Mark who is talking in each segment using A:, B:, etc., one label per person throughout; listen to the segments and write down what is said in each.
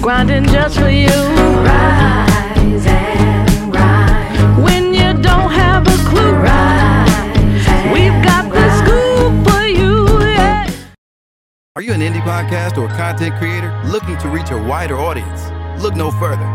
A: grinding just for you.
B: Rise and grind.
A: When you don't have a clue,
B: Rise and
A: we've got the scoop for you. Yeah.
C: Are you an indie podcast or content creator looking to reach a wider audience? Look no further.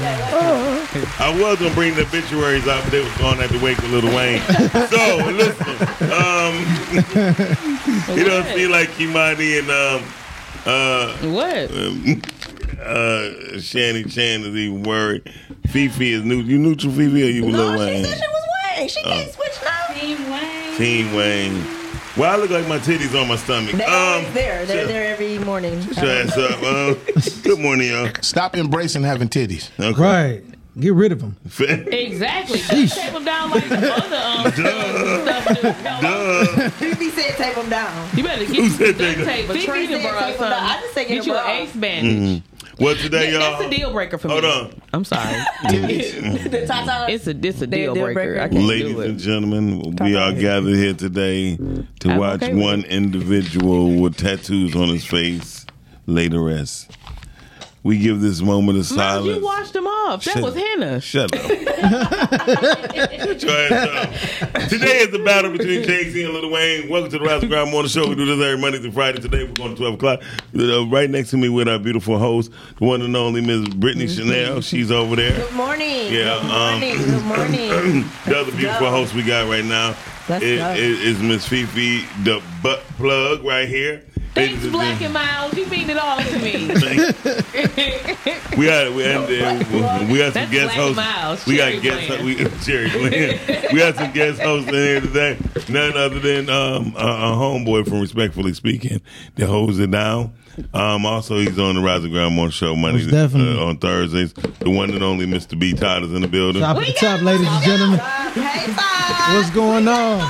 D: I was gonna bring the obituaries out, but they was going at the wake of Little Wayne. so listen, um, you don't feel like Kimani and um, uh,
E: What?
D: um, uh, Shanny Chan is even worried. Fifi is new. You neutral, Fifi, or you with Lil
E: No, she
D: Wayne? Oh,
E: said she was Wayne. She
F: Oh.
E: can't switch now.
G: Team Wayne.
D: Team Wayne. Well, I look like my titties on my stomach.
E: They're always
D: um,
E: there. They're
D: shut-
E: there every morning.
D: shut your ass up. Um, good morning, y'all.
F: Stop embracing having titties.
D: Okay.
H: Right. Get rid of them.
G: Exactly. Just tape them down like the other um, stuff. do. Hello.
D: Uh,
E: Fifi said tape them down.
G: You better get you
D: said
G: some
D: they-
G: duct tape, a
E: Fifi
G: tracing
E: said
G: bra, or
E: tape them
G: something.
E: down. I just said
G: get
E: get
G: you
E: a
G: an
E: bra.
G: ace
D: Mm,
G: bandage.
D: Mm-hmm. well, today,
G: That-
D: y'all.
G: That's a deal breaker for
D: Hold
G: me.
D: on.
G: I'm sorry.
E: The Tata-
G: It's a it's a
E: They a
G: deal
E: deal
G: breaker.
E: breaker?
G: I can't
D: Ladies
G: do it.
D: and gentlemen, we are gathered here today to
G: I'm
D: watch
G: okay with
D: one individual with tattoos on his face lay to rest. We give this moment of
G: Miles,
D: silence.
G: you washed them off. That
D: Shut-
G: was henna.
D: Shut up. Shut your ass up. Today is the battle between Jay Z and Lil Wayne. Welcome to the Rise Ground Morning Show. We do this every Monday through Friday. Today we're going to 12 o'clock. Uh, right next to me with our beautiful host, the one and only Miss Brittany
G: Mm-hmm.
D: Chanel. She's over there.
E: Good morning.
D: Yeah, um,
E: Good morning. Good morning.
D: The other beautiful
E: go.
D: host we got right now
E: Let's
D: is,
E: go.
D: is, is Miss Fifi, the butt plug right here.
G: Thanks,
D: Ladies and
G: Black and Miles. You mean it all to me.
D: gentlemen, we got we had, we got some
G: That's
D: guest
G: Black
D: hosts.
G: Miles,
D: we got
G: Cherry
D: guest
G: Glenn.
D: we Cherry Glenn. we got some guest hosts in here today. None other than um, a, a homeboy from Respectfully Speaking that holds it down. Um, also, he's on the Rise and Ground Morning Show Monday
H: Most definitely.
D: uh, on Thursdays. The one and only Mr. B. Todd is in the building.
H: Top of the top, ladies and gentlemen.
E: Hey, Todd.
H: What's going on?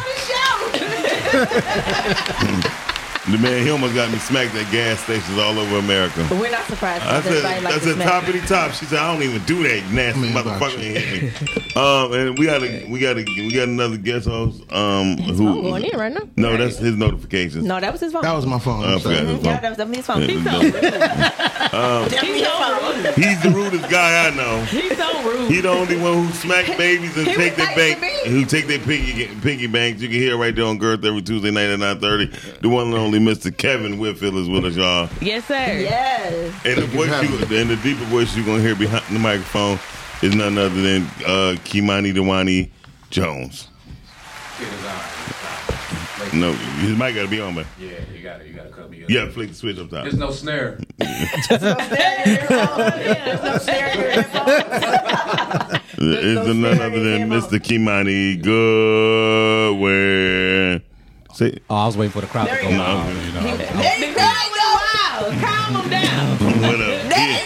D: The man, he almost got me smacked at gas stations all over America.
E: But we're not surprised.
D: I
E: Everybody
D: said,
E: likes
D: I
E: to
D: said,
E: smack.
D: toppity top. She said, I don't even do that, you nasty
F: Man,
D: motherfucker.
F: about you.
D: And hit me. Um, and we got a, we got a, we got another guest host. Um, who
E: phone going in right now.
D: No, that's his notifications.
E: No, that was his phone.
F: That was my phone.
D: I
F: I'm
D: forgot
F: sorry.
D: his
E: yeah,
D: phone.
E: that was definitely his phone.
D: Yeah,
E: He's
D: no.
E: definitely his phone.
D: Um, He's the rudest guy I know.
G: He's so rude.
D: He the only one who smack babies and
E: He
D: take
E: was
D: their
E: nice
D: bank,
E: to me.
D: who take their piggy piggy banks. You can hear right there on Girth every Tuesday night at nine thirty. The one and only Mr. Kevin Whitfield is with us, y'all.
G: yes, sir.
E: Yes.
D: And the voice you, and the deeper voice you're gonna hear behind the microphone is none other than uh, Kimani Dewani Jones. No, his mic gotta be on, man.
I: Yeah, you gotta you gotta cut me up.
D: Yeah, flick the switch up top.
I: There's no snare.
D: It's
E: no
D: none
E: snare
D: other
E: in
D: than
E: him
D: Mr. Kimani Goodwin. Say,
J: Oh, I was waiting for the crowd to go.
D: no,
J: No.
D: I'm-
E: There you go.
G: Miles, calm him down.
D: what up? Yeah.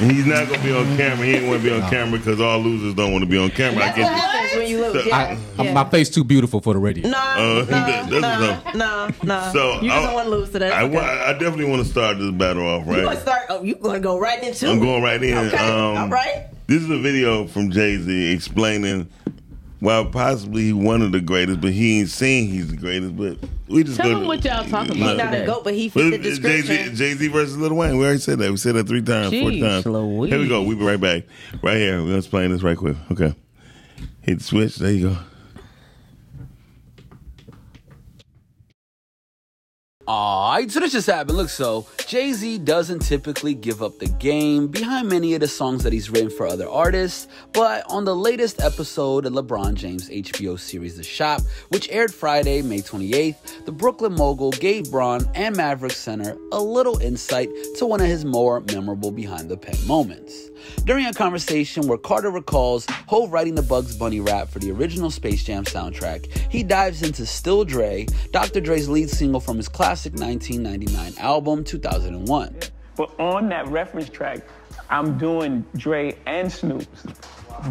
D: He's not gonna be on camera. He ain't wanna be on camera because all losers don't wanna be on camera. I
E: That's what
D: guess.
E: happens when you lose.
D: So,
E: Yeah.
J: I, I- My face too beautiful for the radio.
E: No,
D: Uh, that-
E: no,
D: that's
E: no, no, no.
D: So,
E: you
D: I-
E: just don't want to lose today.
D: I, wa- I definitely want to start this battle off right.
E: you gonna start? Oh, you gonna go right into?
D: I'm
E: it.
D: going right in.
E: Okay.
D: Um,
E: All right.
D: This is a video from Jay Z explaining why possibly he one of the greatest, but he ain't saying he's the greatest. But we just go
G: Tell him
D: to-
G: what y'all talking
E: He's
G: about
E: not a
G: today.
E: goat, but he
D: Well,
E: fit the
D: Jay-Z,
E: description.
D: Jay-Z versus Lil Wayne. We already said that. We said that three times, four
G: Jeez
D: times.
G: Louise.
D: Here we go. We'll be right back. Right here. We're explain this right quick. Okay. Hit the switch. There you go.
K: Alright, so this just happened. Look, so Jay Z doesn't typically give up the game behind many of the songs that he's written for other artists, but on the latest episode of LeBron James' HBO series The Shop, which aired Friday, May 28th, the Brooklyn mogul gave Braun and Maverick Center a little insight to one of his more memorable behind the pen moments. During a conversation where Carter recalls Hove writing the Bugs Bunny rap for the original Space Jam soundtrack, he dives into Still Dre, Dr. Dre's lead single from his classic 1999 album 2001.
L: But on that reference track, I'm doing Dre and Snoop's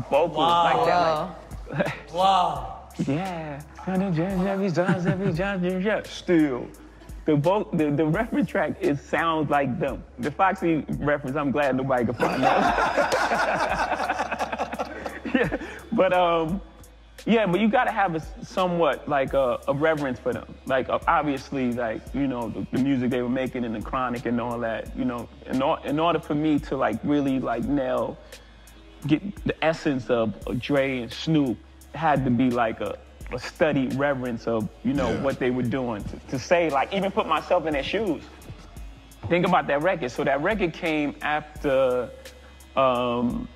L: vocals like that. Like, wow. yeah. Every time, every time, yeah. Still. The, vo- the the reference track it sounds like them. The Foxy reference, I'm glad nobody could find that. yeah, but um, yeah, but you gotta have a s- somewhat like a, a reverence for them. Like uh, obviously, like you know the, the music they were making and the Chronic and all that. You know, in, or, in order for me to like really like nail, get the essence of Dre and Snoop had to be like a, a studied reverence of you know
M: Yeah.
L: what they were doing. To, to say like even put myself in their shoes. Think about that record. So that record came after. Um,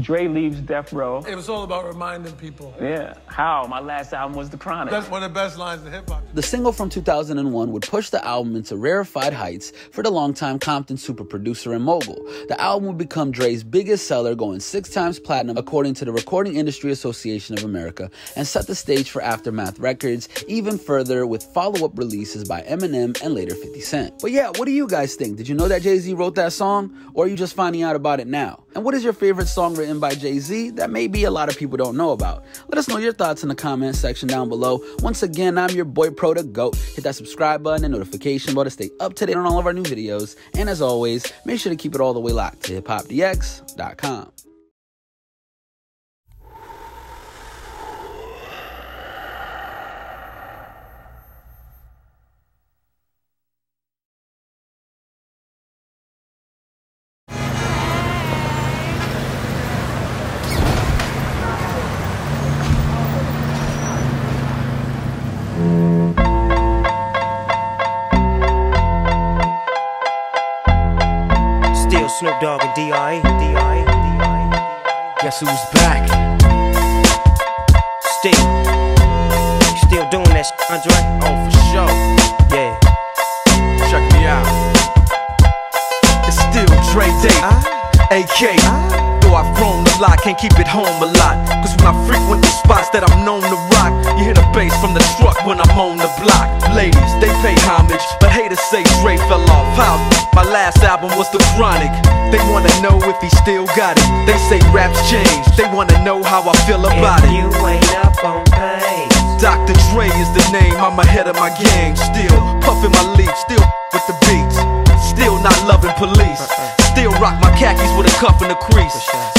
L: Dre leaves Death Row.
F: It was all about reminding people.
L: Yeah. How? My last album was The Chronic.
F: That's one of the best lines in hip hop.
K: The single from 2001 would push the album into rarefied heights for the longtime Compton super producer and mogul. The album would become Dre's biggest seller, going six times platinum according to the Recording Industry Association of America, and set the stage for Aftermath Records even further with follow up releases by Eminem and later 50 Cent. But yeah, what do you guys think? Did you know that Jay Z wrote that song, or are you just finding out about it now? And what is your favorite song written by Jay Z that maybe a lot of people don't know about? Let us know your thoughts in the comment section down below. Once again, I'm your boy Pro the Goat. Hit that subscribe button and notification bell to stay up to date on all of our new videos. And as always, make sure to keep it all the way locked to hiphopdx.com.
G: Still Snoop Dogg and D.I. Guess who's back? Still, still doing that, sh- Andre? Oh, for sure. Yeah. Oh, Check me out.
N: It's still Dre Day, AK. Though I've grown a lot, can't keep it home a lot. Cause when I frequent the spots that I'm known to rock, you hear the bass from the truck when I'm on the block. Ladies, they pay homage, but haters say Dre fell off. How? My last album was The Chronic. They wanna know if he still got it. They say raps change, they wanna know how I feel about it. You ain't up on things. Dr. Dre is the name, I'm ahead of my game. Still puffin' my leaf, still with the beats. Still not loving police. Still rock my khakis with a cuff and a crease.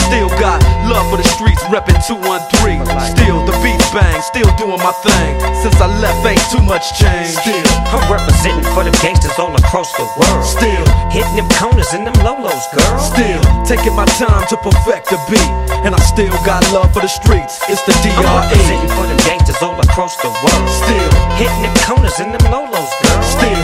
N: Still got love for the streets, reppin' 213. Still the beats bang, still doing my thing. Since I left, ain't too much change. Still,
G: I'm representing for the gangsters all across the world.
N: Still,
G: hitting them corners and them lolos, girl.
N: still taking my time to perfect the beat. And I still got love for the streets. It's the DRE.
G: I'm representing for them gangsters all across the world.
N: Still,
G: hitting them corners and them lolos, girl.
N: Still,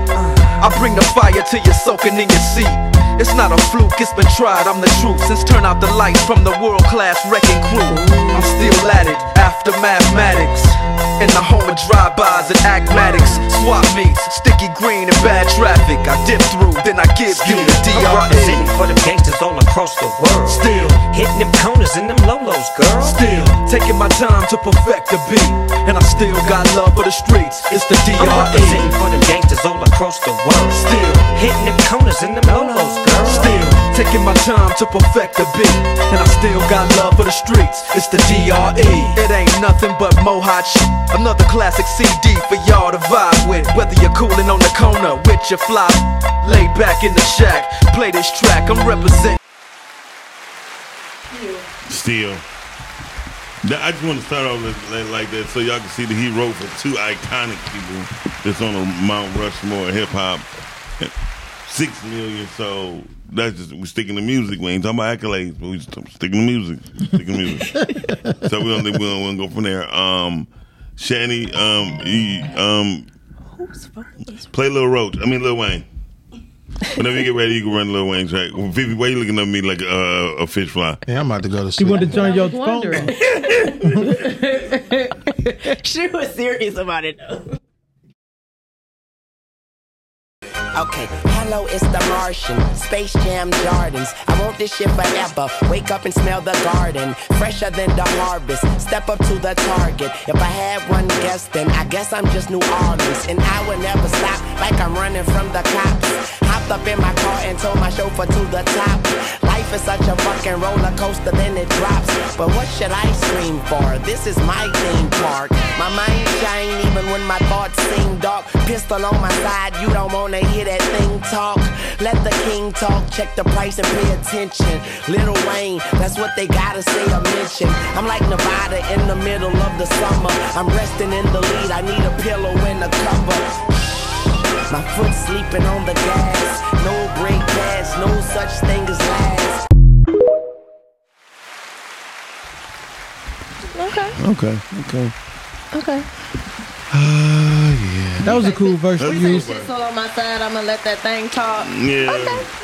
N: I bring the fire till you're soaking in your seat. It's not a fluke, it's been tried, I'm the truth. Since turn out the lights from the world class wrecking crew. I'm still at it, after mathematics. In the home of drive-bys and acmatics. Swap meets, sticky green and bad traffic. I dip through, then I give you the
G: I'm
N: DRE.
G: representing for them gangsters all across the world.
N: Still,
G: hitting them corners and them lolos, girl.
N: Still, taking my time to perfect the beat. And I still got love for the streets, it's the DRE.
G: I'm representing for them gangsters all across the world.
N: Still,
G: hitting them corners and them lolos, girl.
N: Still taking my time to perfect the beat, and I still got love for the streets. It's the DRE. E. It ain't nothing but mo hot shit. Another classic CD for y'all to vibe with. Whether you're cooling on the corner with your fly, lay back in the shack, play this track. I'm representing.
D: Still. Now, I just want to start off with- like- like that so y'all can see that he wrote for two iconic people that's on a Mount Rushmore of hip hop. Six million, so that's just, we're sticking to music. We ain't talking about accolades, but we're just sticking to music. Sticking to music. so we don't think we're going to go from there. Um, Shani, um, he, um,
A: Who's phone?
D: play Lil Roach. I mean, Lil Wayne. Whenever you get ready, you can run Lil Wayne track. Vivi, why you looking at me like uh, a fish fly?
F: Yeah, I'm about to go to
H: She
F: sleep.
H: wanted to join your phone.
E: she was serious about it though.
O: Okay, hello, it's the Martian. Space Jam Gardens. I want this shit forever. Wake up and smell the garden. Fresher than the harvest. Step up to the target. If I had one guess, then I guess I'm just New Orleans. And I would never stop, like I'm running from the cops. Hopped up in my car and told my chauffeur to the top. Life is such a fucking roller coaster, then it drops. But what should I scream for? This is my theme park. My mind shine even when my thoughts seem dark. Pistol on my side, you don't wanna hear that thing talk. Let the king talk, check the price and pay attention. Little Wayne, that's what they gotta say or mention. I'm like Nevada in the middle of the summer. I'm resting in the lead, I need a pillow and a cover. My foot sleeping on the gas. No brake pads, no such thing as last.
A: Okay,
D: Okay, okay.
E: okay. Uh,
H: That was a cool verse to use.
E: So on my side, I'm gonna let that thing talk.
D: Yeah,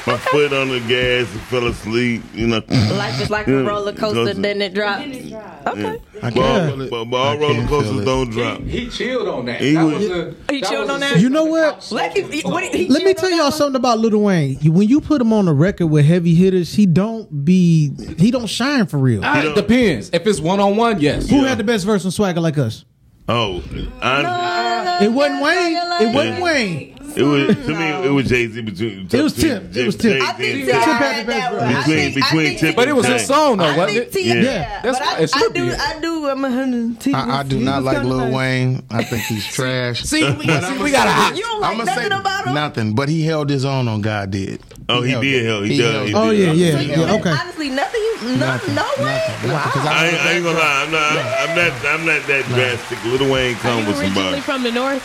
D: my foot on the gas and fell asleep. You know,
E: Life is like a roller coaster, then it drops.
D: Okay.
F: I
D: But, all- but, but all roller coasters don't drop.
I: He chilled on that.
D: He
I: that
D: was-
I: was a,
E: He
I: that
E: chilled
I: was
E: on
I: a-
E: that.
H: You know what?
E: Let him- what he- he
H: Let me
E: chilled
H: tell y'all something about Lil Wayne. You- When you put him on a record with heavy hitters, he don't be he don't shine for real.
J: Ah, it depends. If it's one on one, yes.
H: Who had the best verse on Swagger Like Us?
D: Oh, I,
H: It wasn't Wayne. It wasn't Wayne.
D: it was to me. It was Jay Z between.
H: It was Tip. It was Tip.
D: Jay-Z
H: I think
D: and
H: Tip
D: Tip.
H: had the best verse.
D: Between between Tip,
J: But
D: and
J: it was a
D: Jay.
J: song, though, wasn't it?
E: T-
F: Yeah.
E: That's
J: why
E: I,
J: it
E: I
J: should
E: do,
J: be.
E: I do. I'm a hundred. T-
F: I, I do
E: he
F: not
E: was
F: like
E: kinda
F: Lil Wayne. I think he's trash.
E: See, we- see, we got a hot- You don't like
F: I'ma
E: nothing about him?
F: Nothing, but he held his own on God did.
D: Oh, he
F: held
D: did
F: it.
D: held- he did-
F: held
D: he
F: it.
D: did. Oh, yeah, yeah,
F: He
D: yeah,
F: held it.
D: okay.
E: Honestly, nothing. You no, no way.
D: I, ain't- I ain't gonna lie. I'm not. I'm not. I'm not that drastic. Lil Wayne
G: Are
D: come
G: you
D: with some
G: originally
D: bars.
G: from the north?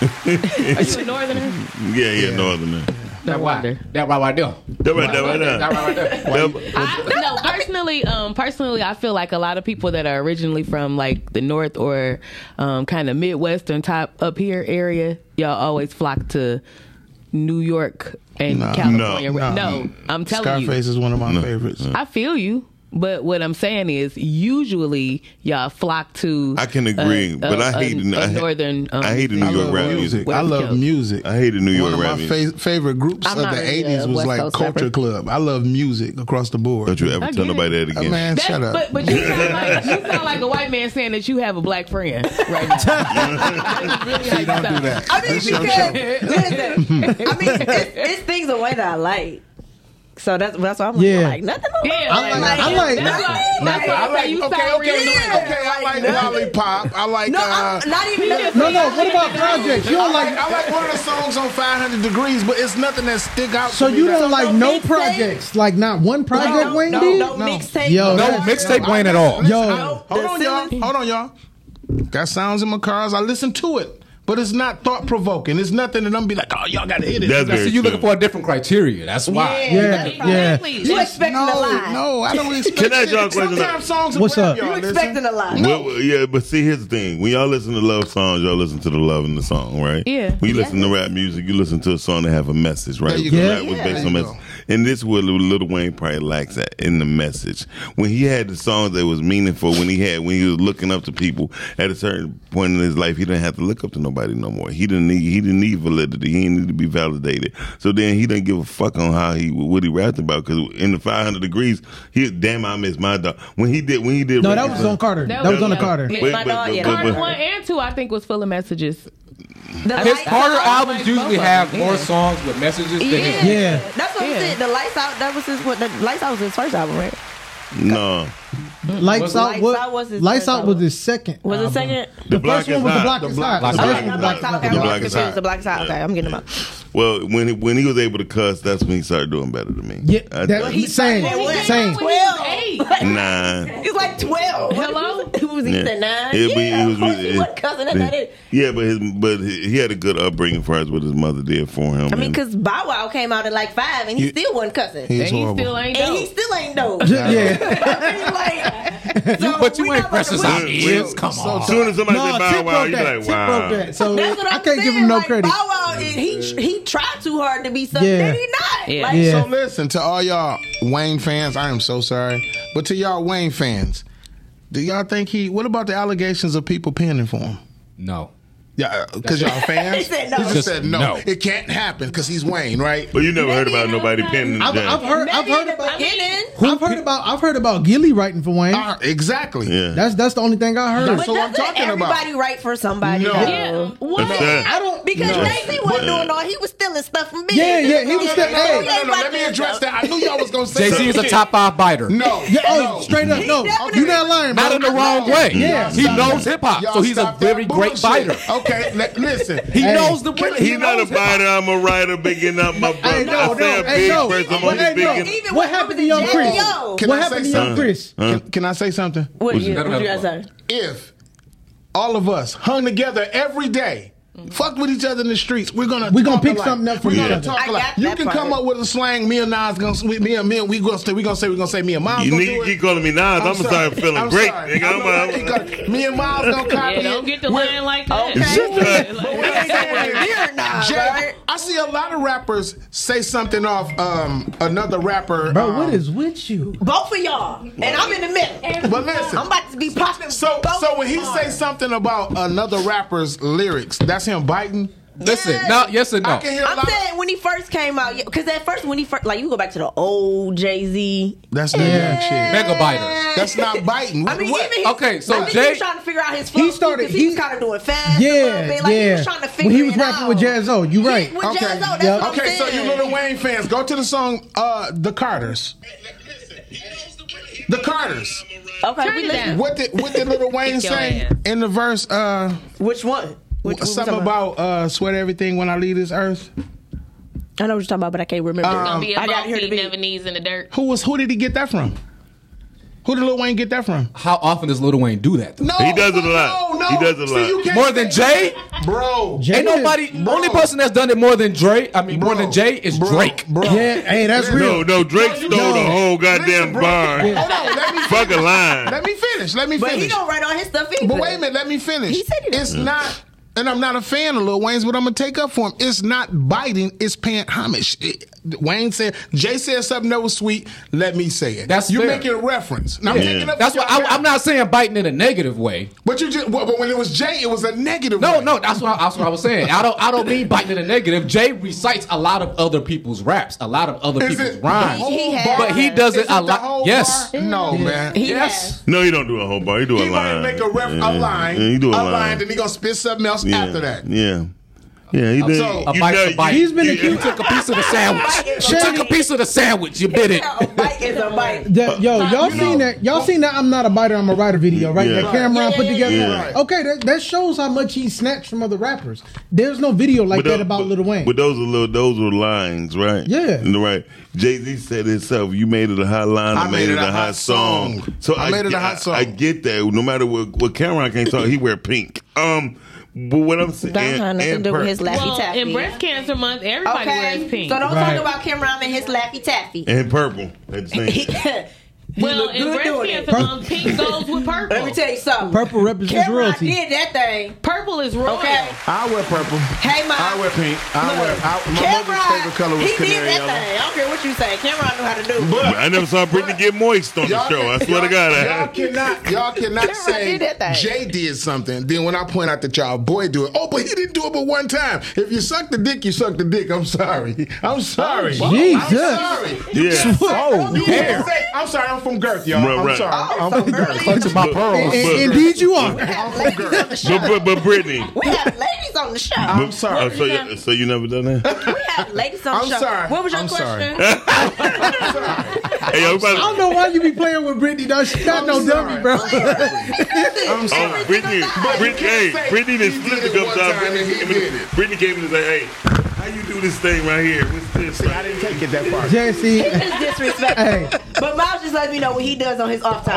G: Are you a
D: yeah,
G: northerner?
D: yeah, northern man.
J: That why? That why? Why do?
D: That right there, right there.
J: That right there.
G: no, personally, um, personally, I feel like a lot of people that are originally from like the north or um, kind of midwestern type up here area, y'all always flock to New York and
F: Nah.
G: California.
F: No.
G: No,
F: Nah.
G: I'm telling
F: Scarface
G: you,
F: is one of my favorites.
G: I feel you. But what I'm saying is, usually y'all flock to.
D: I can agree,
G: uh,
D: but I
G: uh,
D: hate
G: uh,
D: I hate-
G: northern. Um,
D: I hated New
F: I
D: York
F: love
D: rap music.
F: music. I love music.
D: I hated New York
F: One of
D: rap
F: my
D: music.
F: fa- favorite groups
G: I'm
F: of
G: not
F: the
G: a, uh,
F: '80s was
G: West
F: like
G: Coast
F: Culture
G: rapper.
F: Club. I love music across the board.
D: Don't you ever
G: I
D: tell
G: get
D: nobody that
F: Uh,
D: again.
F: man,
G: That's-
F: shut up.
G: But, but you, sound like, you sound like a white man saying that you have a black friend right now. really how you
F: don't do
G: sound.
F: that.
E: I mean,
F: That's
E: because
F: your
E: listen, I mean, it's, it's things away that I like. So that's that's why I'm
H: Yeah.
E: like nothing.
G: Yeah,
E: I like,
G: like,
H: I like-
G: that's why- that's why I say you
F: okay,
G: sound
F: okay,
G: really
F: okay, okay. I like Lollipop. I like.
E: No,
F: uh,
E: I'm not even. nothing.
H: No, no. What about projects? You
F: I
H: don't
F: like,
H: like.
F: I like one of the songs on 500 Degrees, but it's nothing that stick out.
H: So
F: to me
H: you
F: that-
H: don't like no projects, like not one project
E: No,
H: Wayne
E: no,
H: did.
E: no mixtape, no
H: Yo, that's-
J: mixtape Wayne at all.
H: Yo.
F: Hold on, y'all. Hold on, y'all. Got sounds in my cars. I listen to it, but it's not thought provoking. It's nothing that I'm be like, oh, y'all gotta hit it.
D: That's
J: I see
D: very
J: you
D: true.
J: looking for a different criteria. That's why.
H: Yeah, yeah.
E: You expecting
F: no,
E: a lie?
F: no, I don't expect.
D: Can I ask y'all a
F: shit.
D: question?
F: Sometimes songs. are
H: What's
F: whack,
H: up?
F: y'all
E: You
F: listen.
E: expecting a lie?
D: Well, well, yeah, but see, here's the thing. When y'all listen to love songs, y'all listen to the love in the song, right?
G: Yeah.
D: When you listen to rap music, you listen to a song that have a message, right?
F: There you
D: Because
F: go.
D: Rap was
F: Yeah.
D: based on
F: There you
D: message. And this where Lil Wayne probably lacks at in the message. When he had the songs that was meaningful, when he had when he was looking up to people, at a certain point in his life, he didn't have to look up to nobody no more. He didn't need he didn't need validity. He didn't need to be validated. So then he didn't give a fuck on how he what he rapped about because in the 500 degrees, he damn I miss my dog. When he did when he did
H: No,
D: rap-
H: that was on Carter. That, was on the Carter.
D: Wait,
E: Miss my
D: wait,
E: dog,
D: wait,
E: yeah.
D: wait,
G: Carter
D: wait.
G: one and two, I think, was full of messages.
E: The
J: His
E: lights
J: harder
E: out,
J: albums usually
G: both of
J: have
G: them,
J: more
G: yeah.
J: songs with messages than
E: Yeah.
J: him.
H: Yeah.
E: That's what I'm
G: Yeah.
E: saying. The lights out. That was his. What the lights out was his first album, right?
D: No.
H: Lights out. What? Lights out was his second.
E: Was it
H: album.
E: second?
H: The first one was the block is hot. The first
E: Okay,
H: one
E: the
H: was
E: black out.
D: The
E: Okay, I'm
D: Block is Hot.
E: confused. The black is out. Okay, I'm getting them up.
D: Well, when he, when he was able to cuss, that's when he started doing better than me.
H: Yeah,
D: I
H: that-
D: think.
H: he sang. Sang.
D: Nah.
E: He's like twelve. Hello, he was
D: Yeah.
E: either nine.
D: Yeah, but he
E: Yeah,
D: was
E: of course
D: really-
E: he wasn't cussing at that. age.
D: Yeah, but his but he he had a good upbringing for us. What his mother did for him.
E: I mean,
D: and-
E: because Bow Wow came out at like five, and he
D: You-
E: still wasn't cussing.
D: He's And he horrible. still
E: ain't. And he still ain't dope.
J: but you ain't pressing our
D: Well,
J: ears.
D: well,
J: Come
D: so-
J: on.
D: soon as somebody
H: No,
D: said Bow
H: Tip
D: Wow,
H: broke
D: you be
H: that.
D: like,
H: Tip
D: wow.
H: broke that. So
E: That's what
H: I
E: I'm
H: can't give him
E: saying,
H: no
E: like,
H: credit.
E: Bow Wow, is- he he tried too hard to be something
F: Yeah.
E: that he not.
F: Yeah.
E: Like,
F: So listen to all y'all Wayne fans. I am so sorry, but to y'all Wayne fans, do y'all think he? What about the allegations of people penning for him?
J: No.
F: Yeah, because y'all fans.
E: He said no.
F: He just
J: Just
F: said no.
J: no.
F: It can't happen because he's Wayne, right?
D: But you never heard about nobody pinning
H: I've, I've heard. I've heard about.
E: beginning.
H: I've heard about. I've heard about Gilly writing for Wayne.
F: exactly.
D: Yeah.
H: That's that's the only thing I heard.
E: But doesn't everybody write for somebody?
H: No.
E: though?
H: Yeah.
E: What?
H: That's that.
E: I don't because
H: No.
E: Jay Z wasn't
H: Yeah.
E: doing all. He was stealing stuff from me.
H: Yeah, yeah, he was stealing- hey.
E: He ain't
F: No, no, no,
E: about
F: let me
E: to-
F: address that. I knew y'all was gonna say
J: Jay Z is a top five biter.
F: No.
H: Yeah, oh, straight up, no. You're not lying, bro.
J: Not in the wrong way.
H: Yeah.
J: He knows hip hop, so he's a very great biter.
F: Okay, le- listen.
J: He knows the
D: He's
J: winner. He
D: not a
J: knows
D: biter. I'm a writer. Bigging up my brother.
H: Hey, no,
D: I
H: no,
D: say a
H: hey,
D: big
H: no.
D: person. I'm
H: What-
D: only
H: hey, no.
D: bigging-
H: What happened to young
E: Jay,
H: Chris?
E: yo.
F: Can
H: What
F: I
H: happened
F: say
H: to young
F: something?
H: Chris?
F: Can, can I say something?
E: What you, what you guys say?
F: If all of us hung together every day,
H: Mm-hmm.
F: fucked with each other in the streets, we're gonna
H: We gonna
F: talk
H: pick
F: alike.
H: something up for
F: We're
H: each
F: gonna
H: other.
F: talk
H: I
F: alike.
H: got
F: You
H: that
F: can
H: part.
F: come up with a slang. Me and Nas gonna we- me and me and we gonna say we gonna say we gonna say me and Miles.
D: You
F: gonna
D: nigga
F: do it.
D: keep calling me Nas. I'm, gonna start feeling
F: I'm
D: great.
F: sorry.
D: Nigga,
F: I
D: I'm,
F: know
D: a-
F: y'all keep calling- me and Miles gonna copy
G: Yeah,
F: it.
G: don't get the
F: We're-
G: line like
F: Oh.
G: that.
F: Jay, I see a lot of rappers say something off um, another rapper. um, Bro, what
H: is with you?
E: Both of y'all, and I'm in the middle.
F: But listen,
E: I'm about to be popping.
F: So,
E: both
F: so when he
E: hard.
F: says something about another rapper's lyrics, that's him biting.
J: Listen, no, yes and no.
F: I can hear a
E: I'm
F: lot.
E: saying when he first came out, because at first when he first, like you go back to the old Jay Z.
F: That's not yeah. shit.
J: Mega biter.
F: That's not biting.
E: I mean,
F: What?
E: even his,
J: Okay, so
E: I think he
J: Jay.
E: was trying to figure out his flow. He
H: started-
E: started. He, was kind of doing fast. a little
H: Yeah,
E: bit, like He
H: yeah.
E: was trying to figure
H: When he was
E: it
H: rapping
E: out.
H: with Jazzo, you right.
E: With
F: okay,
E: Jazzo, that's
H: Yep.
E: what I'm
F: okay. So you
E: saying.
F: little Wayne fans, go to the song uh, "The Carters." The Carters.
E: Okay, we listen.
F: What did what did Little Wayne
E: Kick your
F: say
E: ass.
F: in the verse? Uh,
E: Which one? Which, what we
F: something
E: talking about?
F: about uh, sweat everything when I leave this earth.
E: I know what you're talking about, but I can't remember.
F: Um,
G: Be a
E: I got here to
G: monkey,
E: be.
G: never knees in the dirt.
F: Who was who did he get that from? Who did Lil Wayne get that from?
J: How often does Lil Wayne do that? though?
F: No,
D: He does it a lot.
F: Oh, No, no.
D: He does it a
F: See,
D: lot.
F: you can't
J: More
F: say-
J: than Jay?
F: bro.
J: Ain't nobody. Only person that's done it more than Drake. I mean, more than Jay is Drake.
F: bro.
H: Yeah, hey, that's
D: No,
H: real.
D: no, Drake stole the whole
F: Listen,
D: goddamn
F: bro.
D: bar.
F: Hold on, let me
D: Fuck a line.
F: let me finish. Let me
E: But he
F: finish.
E: don't write all his stuff either.
F: But wait a minute, let me finish.
E: He said he
F: it's not. And I'm not a fan of Lil Wayne's, but I'm gonna take up for him. It's not biting, it's paying homage. It- Wayne said, Jay said something that was sweet. Let me say it.
J: That's
F: you
J: fair.
F: making a reference. And I'm
D: Yeah.
F: taking up
J: That's
F: for
J: why
F: y'all
J: I, I'm not saying biting in a negative way.
F: But you just, well, but when it was Jay, it was a negative.
J: No,
F: way.
J: no, that's what, I, that's what I was saying. I don't, I don't mean biting in the negative. Jay recites a lot of other people's raps, a lot of other
F: Is
J: people's
F: it the
J: rhymes,
F: whole
E: He- he
F: bar?
J: but he
F: Is
J: doesn't
F: it
J: a
F: the
J: lot.
F: whole
J: Yes,
F: bar? No, man.
E: He
J: yes.
D: No, he don't do a whole bar. He do a
F: He
D: line.
F: might make a ref
D: Yeah.
F: a line,
D: Yeah, he do a, line.
F: and he gonna spit something else
D: yeah.
F: after that.
D: Yeah. Yeah, he did.
F: so-
J: A
D: You
J: bite's
D: know-
J: a bite.
H: He's been
D: you-
H: accused
J: Took a piece of the sandwich. She took a piece of the sandwich. You bit it.
E: A bite is a bite.
H: That, yo, y'all seen that? Y'all seen that? I'm not a biter. I'm a writer video, right?
D: Yeah.
H: That Cameron
E: Yeah,
H: put
E: yeah,
H: together.
D: yeah, yeah.
H: Okay, that, that shows how much he snatched from other rappers. There's no video like
D: But
H: that
D: tho-
H: about
D: but-
H: Lil Wayne.
D: But those are little, those were lines, right?
H: Yeah.
D: And right. Jay Z said himself, "You made it a hot line, I, made, it a hot song."
F: song.
D: So
F: I made it a
D: get-
F: hot song.
D: I, get that. No matter what, what Cameron can't talk, he wear pink. Um, but what I'm saying,
E: Don't have nothing to
D: and
E: do with
D: per-
E: his lappy
G: Well,
E: taffy.
G: in breast cancer month, everybody
E: okay,
G: wears pink.
E: so don't
H: Right.
E: talk about Kim Rhyme and his lappy taffy.
D: and purple at the same.
E: He-
D: time.
E: he
G: well,
E: look
G: in
E: good
G: breast
E: doing it.
G: cancer month, pink goes with purple.
E: Let me tell you something.
H: Purple represents
E: Cameron
H: royalty.
E: did that thing.
G: Purple is royal.
E: Okay.
F: I wear purple.
E: Hey, Ma.
F: I wear pink. I wear. I, my mother's
E: Cameron,
F: favorite color was
E: he did
F: canary
E: that
F: yellow.
E: thing. I don't care what you say. Cameron knew how to do. it.
D: But I never saw Britney get moist on the show. I swear to God, I
F: y'all
D: had.
F: cannot, y'all cannot
E: Cameron
F: say
E: did that thing.
F: Jay did something. Then when I point out that y'all boy do it, oh, but he didn't do it but one time. If you suck the dick, you suck the dick. I'm sorry. I'm sorry. I'm
H: Oh, Jesus.
F: sorry.
D: Yeah.
J: Oh,
F: You can't say, I'm sorry. I'm from Girth, y'all.
D: Right,
F: I'm
D: right.
F: sorry. I'm
E: so
F: from Girth.
E: girly.
J: my pearls.
H: And-
D: but-
H: indeed, you are.
E: have ladies on the
D: But,
E: show.
D: but, but Britney.
E: We have ladies on the show.
G: Um,
F: I'm sorry.
D: Oh, so, you, so you never done that?
E: we have ladies on
F: I'm
E: the show.
F: sorry.
E: What was your
F: I'm sorry.
E: question?
D: Hey, yo,
H: I
D: everybody.
H: don't know why you be playing with Brittany. though. She not no dummy, bro. I'm
D: Oh, Brittany, Brittany, hey, Brittany did split the cup time. Brittany came in and said, hey, how you do this thing right here? What's this? I didn't take it that far.
H: Jesse.
E: It's disrespectful.
H: Hey.
E: But Miles just let me know what he does on his off time.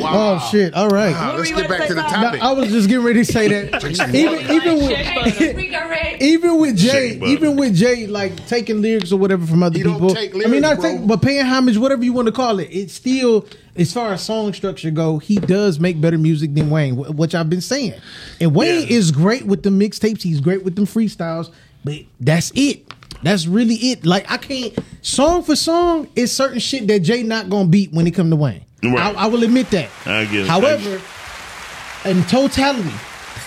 H: Oh, shit! All right,
E: Wow, let's What were you get back gonna to the say, Bob? topic.
H: No, I was just getting ready to say that. even even with even with Jay, even with Jay, like taking lyrics or whatever from other people.
F: take
H: I mean,
F: lyrics,
H: not
F: bro.
H: take, but paying homage, whatever you want to call it. It's still, as far as song structure go, he does make better music than Wayne, wh- which I've been saying. And Wayne is great with the mixtapes. He's great with them freestyles, but that's it. That's really it. Like I can't song for song. It's certain shit that Jay not gonna beat when it come to Wayne.
D: Right.
H: I, I will admit that.
D: I get it.
H: However, in totality,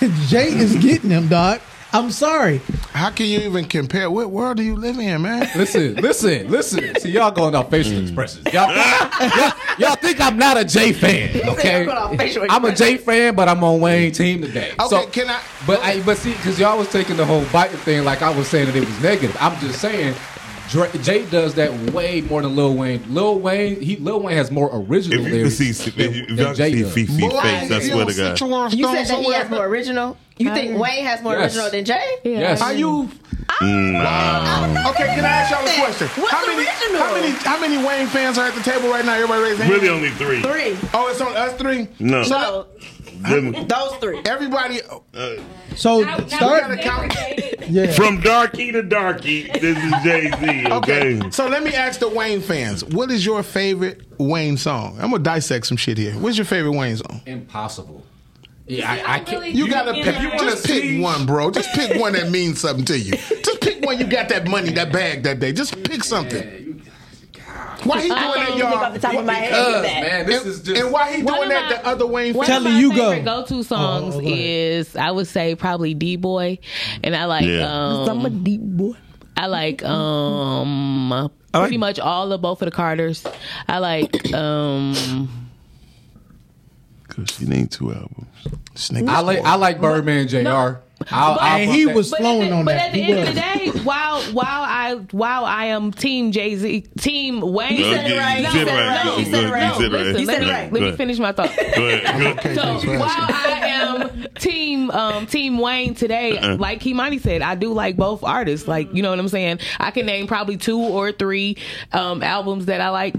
H: Jay is getting him, dog. I'm sorry.
F: How can you even compare? What world do you live in, man?
J: Listen, listen, listen. See, y'all going off facial expressions. Y'all, y'all, y'all think I'm not a J fan, okay? I'm a J fan, but I'm on Wayne team today.
F: Okay,
J: so,
F: can I?
J: But I, but see, because y'all was taking the whole biting thing like I was saying that it was negative. I'm just saying. Dra- Jay does that way more than Lil Wayne. Lil Wayne, he Lil Wayne has more original
D: If you can
J: lyrics.
D: see, if
J: than-
D: if
J: than
D: y'all
J: Jay
D: can see
J: does.
D: Fifi's face, I swear to God.
E: You said that he has more original. Uh-huh. You think Wayne has more
D: Yes.
E: original than Jay?
D: Yes.
F: Are you
D: Nah.
F: okay? Can I ask y'all a question?
E: What's
F: how many?
E: original?
F: How many? How many Wayne fans are at the table right now? Everybody raise their hand.
D: Really only three.
E: Three.
F: Oh, it's on us three.
D: No.
F: So
D: Women.
E: those three.
F: Everybody. uh,
H: So
F: start.
H: Yeah.
D: From darky to darky, this is Jay Z. Okay.
F: So let me ask the Wayne fans: What is your favorite Wayne song? I'm gonna dissect some shit here. What's your favorite Wayne song?
J: Impossible. Yeah, I, I can't.
F: You gotta
J: if
F: pick.
J: you wanna
F: just pick
J: see-
F: one, bro. Just pick one that means something to you. Just pick one. You got that money, that bag, that day. Just pick something. Why he doing
G: I
F: that,
G: can't
F: y'all?
G: think off the top of my head
F: Because,
G: with that.
F: man, this
J: and,
F: is just- and why he
G: One
F: doing
G: of
F: that?
G: my-
F: the other Wayne.
G: One
F: fan?
G: of my favorite go-to songs is I would say probably D Boy, and I like
A: Yeah. 'Cause
G: um,
A: I'm a
G: D Boy. I like um pretty much all of both of the Carters. I like um
D: Because she named two albums.
J: I like I like Birdman Jr. I'll, I'll
G: And
J: bump
G: he
J: that.
G: was But flowing at the- on but that. at the He end of the day, while while I while I am Team Jay Z, Team Wayne.
D: You said it right.
G: No,
D: You said it right.
G: no,
D: You said it right. You
G: no,
D: said it right.
G: listen,
D: You said
G: let
D: it
G: me-
D: right.
G: Let
D: Go
G: me
D: ahead.
G: finish my thought.
D: Go ahead.
G: So while I am team um, team Wayne today,
D: Uh-uh.
G: like Kimani said, I do like both artists. Like you know what I'm saying. I can name probably two or three um, albums that I like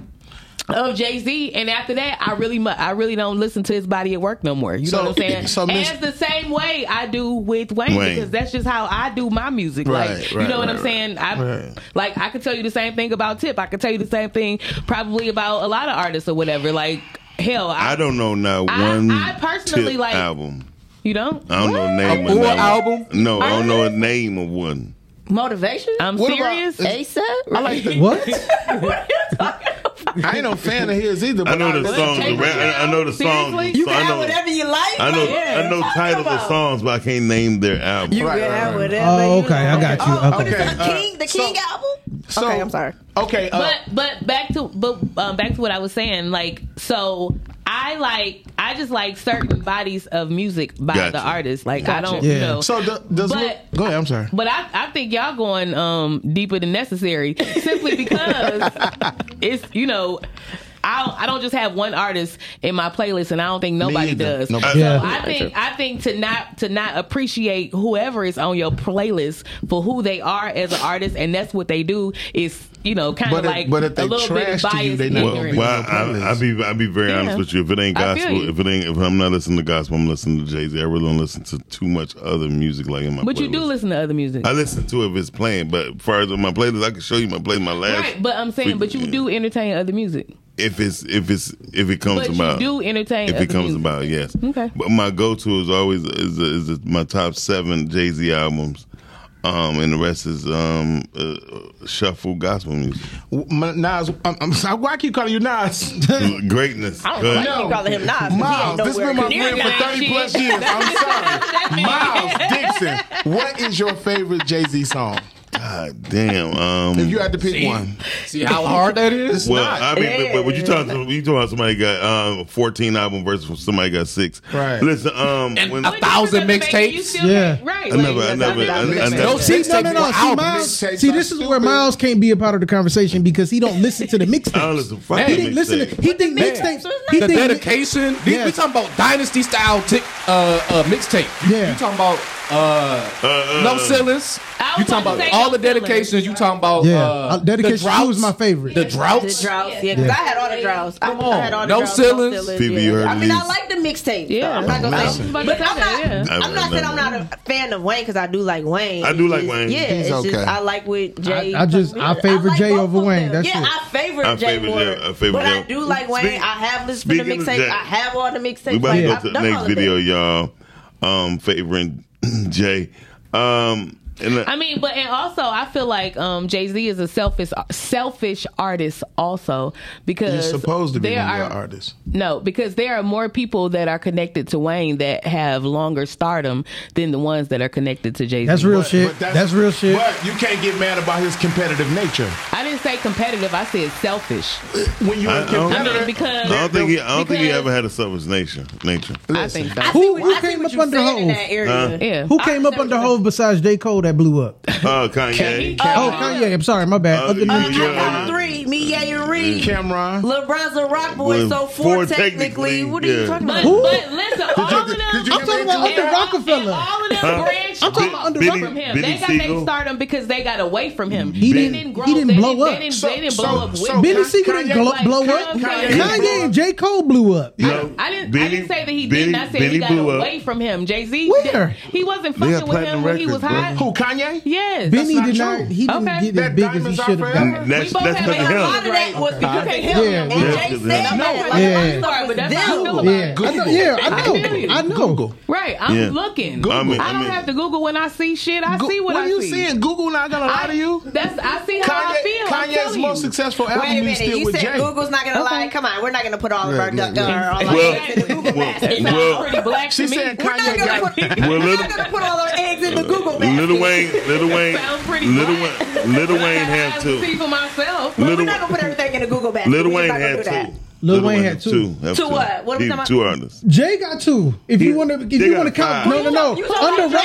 G: of Jay Z, and after that, I really mu- I really don't listen to his body at work no more. You know what I'm saying?
A: so Miss-
G: As the same way I do with Wayne,
A: Wayne.
G: because that's just how I do my music.
A: Right,
G: like you
A: right,
G: know what
A: right,
G: I'm saying? I
A: right.
G: like I could tell you the same thing about Tip. I could tell you the same thing probably about a lot of artists or whatever. Like hell, I,
D: I don't know not
G: I-
D: one
G: I personally
D: Tip
G: like-
D: album.
G: you don't.
D: I don't know the name of
G: A full
D: none.
G: album?
D: No, I don't know a name of one.
E: Motivation?
G: I'm serious?
E: ASAP?
F: I like the-
H: What?
F: I ain't no fan of his either.
D: I
F: But
D: know the
F: I-
D: songs.
F: Take
D: around- I I know the songs.
F: Seriously? You
D: so
F: can
D: I
F: have
D: know,
F: whatever you like,
D: I know.
F: like, yeah,
D: I know
F: that's what I'm
D: title of
F: talking
D: songs, but I can't name their album.
F: You Right, can right, have right. whatever
H: Oh, okay, I got you. Okay.
E: King, the King album? okay, I'm sorry.
F: Okay, uh,
G: but but back to but um, back to what I was saying. Like so, I like I just like certain bodies of music by
F: Gotcha.
G: the artist. Like I don't
F: Yeah.
G: know.
F: So do- does
G: But-
F: Lil- go ahead. I'm sorry.
G: But I, I think y'all going um, deeper than necessary simply because it's you know. I don't, I don't just have one artist in my playlist, and I don't think nobody
A: either.
G: does.
A: Nobody
G: So
A: does.
G: I think I think to not to not appreciate whoever is on your playlist for who they are as an artist, and that's what they do is you know kind of
F: But if-
G: like
F: but if they
G: a little bit
F: trash to
G: biased.
F: you, they not
G: ignorant.
F: gonna
D: Well, well, I, I be I be very
G: Yeah.
D: honest with you. If it ain't
G: I feel
D: gospel,
G: you.
D: if it ain't if I'm not listening to gospel, I'm listening to Jay Z. I really don't listen to too much other music like in my.
G: but you
D: playlist.
G: do listen to other music,
D: I listen to it if it's playing, but as far as my playlist, I can show you my playlist. My last,
G: right? But I'm saying, but you do entertain other music.
D: if it's if it's if it comes
G: But you
D: about,
G: do entertain
D: If
G: other
D: it comes
G: music.
D: about, yes.
G: Okay.
D: But my go-to is always is, is, my top seven Jay Z albums, um, and the rest is um, uh, shuffle gospel music.
F: My- Nas, I'm, I'm sorry. Why I keep calling you Nas?
D: Greatness.
F: I don't know why you keep calling him Nas, 'cause he
A: ain't
F: Miles, this
A: nowhere
F: been my
A: near
F: friend for
A: Nas
F: 30 plus
A: shit.
F: years. I'm sorry. Miles Dixon, what is your favorite Jay Z song?
D: God damn. Um,
F: If you had to pick See? one. See how hard that is? It's
D: well,
F: not.
D: I mean, but, but when you
F: Yeah.
D: talking, when you talking about somebody got um, fourteen album versus somebody got six.
J: Right.
D: Listen, um,
J: And
D: when,
J: a thousand mixtapes.
H: Yeah.
D: I never, I never, I, I
H: No,
D: never.
H: see, no, no, no. See, Miles, see, this is where Miles can't be a part of the conversation because he don't listen to the mixtapes.
J: fuck
H: he
J: the
H: didn't listen. To,
J: mixtape.
H: he think
J: Man,
H: mixtapes. He
J: the
H: think
J: dedication. These We talking about dynasty style tick uh, uh, mixtape. You, you talking about uh, no ceilings. You talking
E: about to
J: about
E: say
J: all
E: no
J: the dedications. You talking about
H: Yeah.
J: uh,
H: Uh, dedication
J: the droughts.
H: two is my favorite.
J: The droughts.
E: The droughts, yeah. Because
J: Yeah.
E: I had all the droughts. I, I had all the
J: No
E: droughts.
J: ceilings.
D: Phoebe, you heard
E: I mean, I
D: these.
E: like the mixtape. Yeah, I'm not
D: I
E: gonna
D: was
E: say,
D: about
E: but
D: to
E: I'm not.
D: that.
E: I'm not saying I'm not a fan of Wayne because I do like Wayne.
D: I do
E: It's
D: like
E: just-
D: Wayne.
E: Yeah,
D: He's
E: it's
D: okay.
E: just I like with Jay.
H: I just I favor Jay over Wayne. That's
E: yeah,
H: it.
E: I favor
D: I
E: Jay
D: favor
E: more,
D: Jay- I favor
E: but
D: Jay.
E: I do like Wayne.
D: Speak-
E: I have listened to the
D: speaking of
E: mixtape.
D: Jay,
E: I have all the mixtapes.
D: We about to
E: like,
D: go
E: I've
D: to the
E: done
D: next
E: all of it.
D: video, y'all. Um, favoring Jay. Um, and uh,
G: I mean, but and also I feel like um, Jay Z is a selfish, selfish artist also because
F: You're supposed to be
G: there
F: one
G: are
F: of the artists.
G: no because there are more people that are connected to Wayne that have longer stardom than the ones that are connected to Jay Z.
H: real shit.
F: But you can't get mad about his competitive nature.
G: I didn't say competitive. I said selfish.
F: When
D: I, I don't,
G: I mean, because
D: I don't think he, I don't think he ever had a selfish nature. Nature.
G: I think so.
H: Who, who came up under
E: saying in
H: Hove?
E: that area.
D: Huh?
G: Yeah.
H: Who came up under Hove besides J Cole that blew up?
D: Uh, Kanye.
H: Oh, Kanye. I'm sorry, my bad. Other
E: Uh,
H: music-
E: I got three. Me, Ye, and Reed.
F: Cameron.
E: LeBron's a rock boy,
D: Well,
E: so four,
D: four
E: technically.
D: technically,
E: What are you
D: yeah.
E: talking
G: But,
E: about?
G: but listen, all of them.
H: I'm talking about under Rockefeller.
G: All of them
D: Huh?
G: branched
D: I'm talking
G: off
D: about under Biddy-
G: from him.
D: Biddy
G: they got their
D: Siegel.
G: stardom because they got away from him.
H: He
G: they
H: didn't-
G: didn't
H: he
G: grow.
H: didn't
G: they
H: blow
G: didn't,
H: up.
G: They didn't,
H: So-
G: they didn't
H: so-
G: blow up with
H: so
G: him.
H: Benny Siegel didn't glo-
G: Like,
H: blow
G: Kanye-
H: up.
G: Kanye-
H: Kanye and J Cole blew up.
D: No,
G: I didn't. I
D: Benny-
G: didn't say that he
D: Benny-
G: didn't. I said
D: Benny
G: he got
D: blew up.
G: away from him. Jay Z.
D: Where?
G: He wasn't
D: They had
G: fucking with him
D: platinum
G: when he was
D: records,
G: high.
D: bro.
F: Who, Kanye?
G: Yes.
H: Benny did not. He didn't
G: Okay.
H: get as big as he should have gotten.
D: That's
G: both
D: that's
G: have
D: because
G: a
D: of
G: lot
E: Part
D: him.
E: of that was because of him.
D: Yeah,
E: and
D: yeah.
E: Jay said
D: Yeah.
E: that. Like,
H: Yeah.
E: I'm sorry, but that's how I feel about
H: Yeah,
E: it.
H: I know, yeah, I
G: Google.
H: know, I know.
G: Right. I'm
D: Yeah.
G: looking.
D: Google.
G: I,
D: I mean- I
G: don't
D: mean-
G: have to Google when I see shit. I
F: Go-
G: see what,
F: what
G: I
F: you
G: see.
F: seeing? Google not gonna lie to you?
G: That's I see how I feel. I'm
F: Kanye, Kanye's
G: telling
F: most
G: you.
F: successful album
E: Wait a
F: is
E: minute.
F: still
E: You
F: with
E: said
F: Jay.
E: Google's not going to lie. Come on. We're not going to put all of our duck our all our
D: Well,
E: eggs in the Google
D: well,
E: basket.
D: well,
E: Sounds pretty black
F: She
E: to me.
F: said
E: We're not
F: Kanye
E: gonna put-
F: got-
D: Well,
E: We're
D: little-
E: not going to put all our eggs in the Google basket.
D: Little Wayne, Little Wayne,
E: Sounds pretty
D: Little
E: black.
D: Wayne, Little Wayne had
G: I see
D: two.
G: for myself.
E: Well, we're
D: Lil-
E: not going to put everything in the Google basket.
D: Little
E: We're
D: Wayne
E: just not gonna
D: had
E: do
D: two.
E: that.
H: Lil Wayne had two.
D: have
E: To what? What are we
D: He-
E: talking
D: Two
E: about?
D: artists.
H: Jay got two. If you want to, if
D: They
H: you
D: got
H: want to count,
D: five.
H: no, no, no.
E: You talking
H: Under
E: about Drake?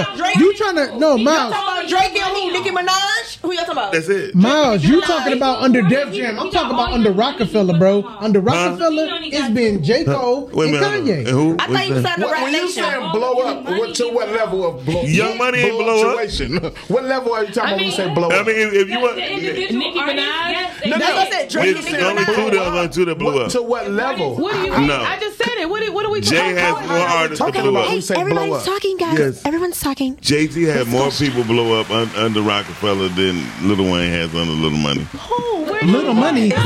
E: You talking about
H: you trying to no,
E: Y'all
H: Miles,
E: talking about Drake and who? Nicki Minaj? Who y'all talking about?
D: That's it.
H: Miles, you talking about under Def Jam? I'm talking about under Rockefeller, bro. Under Rockefeller, it's been J Cole and
D: Wait a minute,
H: Kanye.
D: and who-
E: I
D: what's
E: thought you
D: that?
E: said the
F: What,
E: Rat
F: when you
E: Nation.
F: saying
E: Oh,
F: blow up, what, to what level of blow
D: Young Money ain't blow up.
F: up? what level are you talking about when you say blow
D: I
F: up?
D: mean, if, if you want,
G: Nicki Minaj.
F: No,
E: That's what
F: no.
E: I said. Drake and
D: it's
E: Nicki
D: only two
E: Minaj.
D: that only two that blew
F: What-
D: up.
F: to what level?
G: What do you mean?
D: No.
G: I just said it. What, do- what are we
D: Jay
G: talking
D: has
G: about?
D: more artists that blew up.
F: everybody's talking,
D: guys. Yes.
B: Everyone's talking.
D: Jay Z had more people blow up un- under Rockefeller than Little Wayne has under Little Money.
G: Who? Where
H: Little money.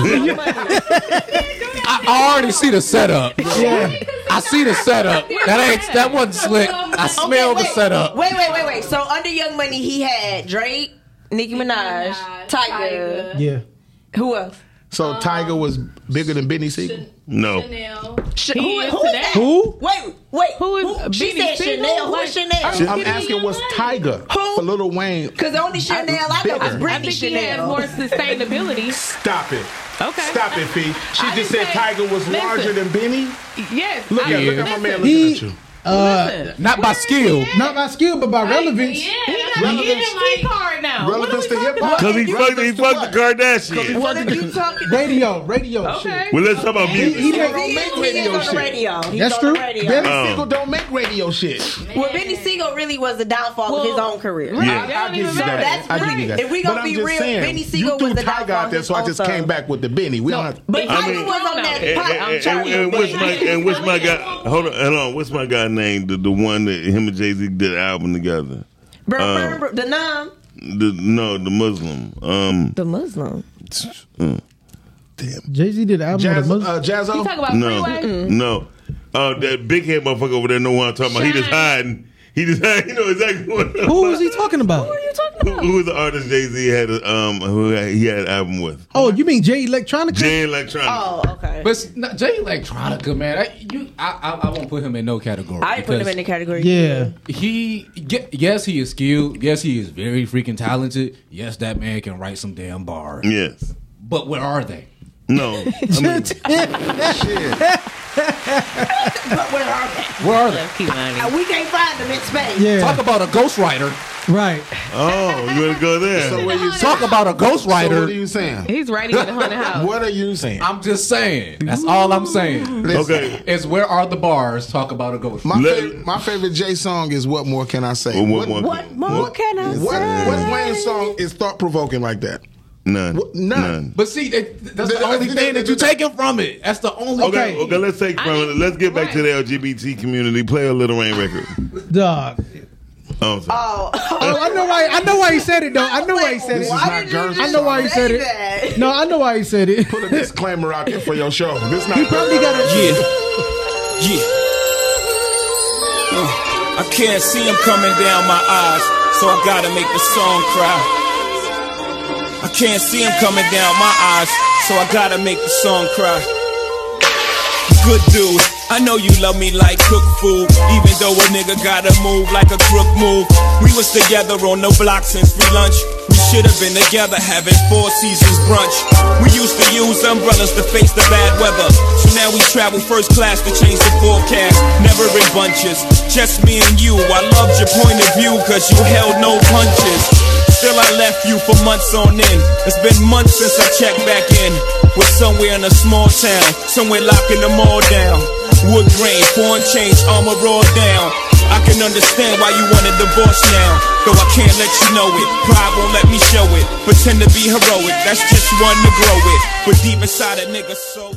J: I already see the setup.
H: Yeah.
J: I see the setup. That ain't that wasn't slick. I smell the setup.
E: Wait, wait, wait, wait. So under Young Money, he had Drake, Nicki Minaj, Tiger.
H: Yeah.
E: Who else? Uh,
F: So Tiger was bigger than Benny Siegel?
D: No.
E: Sh- who, who
G: is
E: is that?
F: Oh. Who?
E: Wait, wait. Who is She
G: Beanie
E: said
G: Siegel?
E: Chanel. Who is Chanel?
F: I'm asking, was Tiger for Little Wayne?
E: Because the only Chanel I
F: bigger.
E: know was
G: I
E: Britney
G: think he has
E: Chanel.
G: more sustainability.
F: Stop it.
G: Okay.
F: Stop it, P. She
G: I
F: just
G: didn't
F: said
G: say-
F: Tiger was
G: Listen.
F: larger than Benny.
G: Yes.
F: Look
G: I-
F: at look at my
G: listen.
F: man looking
H: He-
F: at you.
H: Uh,
J: Not by skill.
H: not by skill, but by relevance.
G: Yeah, I'm
F: Relevance-
G: getting my card now. What are
F: Relevance to
G: we
F: hip
G: talking
F: hop.
G: about?
D: Because he fucked, he fucked the Kardashians.
E: Well, if you talking,
H: Radio, radio shit.
D: Well, let's talk about music.
H: He make-
F: don't make
E: Oh, he is
F: radio
E: on
F: shit.
E: the radio. He's
H: That's
E: on
H: true.
E: The radio.
H: Benny
D: Oh.
F: Siegel don't make radio shit.
E: Well, Benny Siegel really was the downfall of his
G: Well,
E: own career.
D: Yeah.
G: They don't
F: I give
G: even
F: you
G: matter.
F: that.
E: That's
F: I give you
E: right.
F: that.
E: If we gonna
F: But I'm
E: be
F: just
E: real,
F: saying,
E: Benny Siegel
F: you threw
E: was the
F: Tiger out
E: downfall
F: there, so I just
E: also.
F: came back with the Benny. We don't have to.
E: But
D: I
E: Tiger
D: mean-
E: was on that
D: And,
E: pot. I'm
D: and-
E: trying
D: and- and
E: to
D: what's my
E: be-
D: and what's my guy? Hold on, hold on. What's my guy named the, the one that him and Jay Z did an album together?
E: Bur-
D: Um,
E: bur- bur- The numb.
D: The no, the Muslim. Um,
E: The Muslim.
D: uh,
H: Jay Z did an album with a
F: Jazz,
H: Muslim.
F: uh, Jazzo?
G: You talking about
D: no,
G: freeway?
D: no. Uh, that big head motherfucker over there. No one I'm talking about. He just hiding. He just hiding. You know exactly what.
H: Who was he talking about?
E: What are you talking
D: Who, who was the artist Jay Z had a, um who he had an album with?
H: Oh, you mean Jay Electronica?
D: Jay Electronica.
E: Oh, okay.
J: But s- no, Jay Electronica, man, I, you, I, I, I won't put him in no category.
E: I put him
J: because
E: in the category.
J: he. ye- Yes, he is skilled. Yes, he is very freaking talented. Yes, that man can write some damn bars.
D: Yes.
J: But where are they?
D: No.
E: but where are they?
J: Where are they?
E: Uh, we can't find them in space.
J: Talk about a ghostwriter.
H: Right.
D: Oh, you want to go there?
F: So what you
J: Talk about a ghostwriter.
F: So what are you saying?
G: He's writing in the haunted house.
F: What are you saying?
J: I'm just saying. That's all I'm saying.
D: okay.
J: It's where are the bars? Talk about a ghost.
F: My, favorite, my favorite Jay song is "What More Can I Say."
D: Well, what more-
E: What more can I
F: What,
E: say?
F: what Wayne song is thought provoking like that?
D: None.
F: none.
J: But see, that, that's
F: Th-
J: the only
F: th-
J: thing
F: th-
J: that you taking from it. That's the only
D: Okay,
J: thing.
D: okay, let's take from it. Let's get back to the LGBT community. Play a Little Rain record.
H: Dog.
D: Oh, I'm sorry.
H: Oh, I know why. I know why he said it though. I know why he said
F: This
H: it.
F: is Why not did you Jersey.
H: I know why he said it. No, I know why he said it.
F: Put a disclaimer out there for your show. This not.
H: You probably got a
F: yeah.
P: Yeah. Uh, I can't see him coming down my eyes, so I gotta make the song cry. I can't see him coming down my eyes, so I gotta make the song cry. Good dude, I know you love me like cook food, even though a nigga gotta move like a crook move. We was together on the block since free lunch. We should have been together having four seasons brunch. We used to use umbrellas to face the bad weather. So now we travel first class to change the forecast. Never in bunches, just me and you. I loved your point of view cause you held no punches. Still I left you for months on end. It's been months since I checked back in. We're somewhere in a small town, somewhere locking them all down. Wood grain, foreign change, armor all down. I can understand why you want a divorce now. Though I can't let you know it. Pride won't let me show it. Pretend to be heroic, that's just one to grow it. But deep inside a nigga so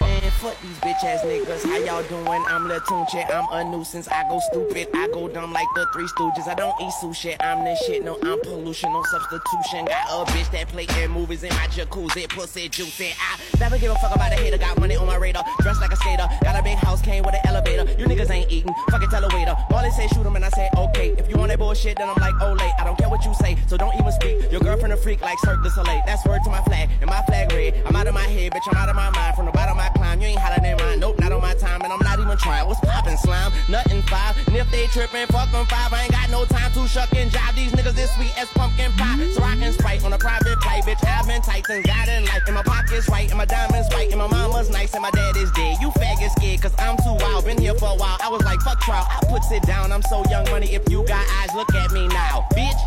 O: Man, fuck these bitch ass niggas. How y'all doing? I'm Latunche. I'm a nuisance. I go stupid. I go dumb like the Three Stooges. I don't eat sushi. I'm this shit. No, I'm pollution. No substitution. Got a bitch that play in movies in my jacuzzi. Pussy juice. and I never give a fuck about a hater. Got money on my radar. Dressed like a skater. Got a big house. Came with an elevator. You niggas ain't eating. Fucking tell a waiter. Molly say shoot him and I say okay. If you want that bullshit, then I'm like Olay. I don't care what you say. So don't even speak. Your girlfriend a freak like Cirque du Soleil. That's word to my flag. And my flag red. I'm out of my head, bitch. I'm out of my mind. From the bottom I climb. You ain't hollering in mine. Nope, not on my time. And I'm not even trying. What's poppin', slime? Nothing five. And if they trippin', fuck 'em five. I ain't got no time to shuck and jive. These niggas this sweet as pumpkin pie. So I can sprite on a private flight, bitch. I've been tight since got in life. And my pockets right. And my diamonds white. And my mama's nice. And my dad is dead. You faggots scared, cause I'm too wild. Been here for a while. I was like, fuck trial. I puts it down. I'm so young money. If you got eyes, look at me now, bitch.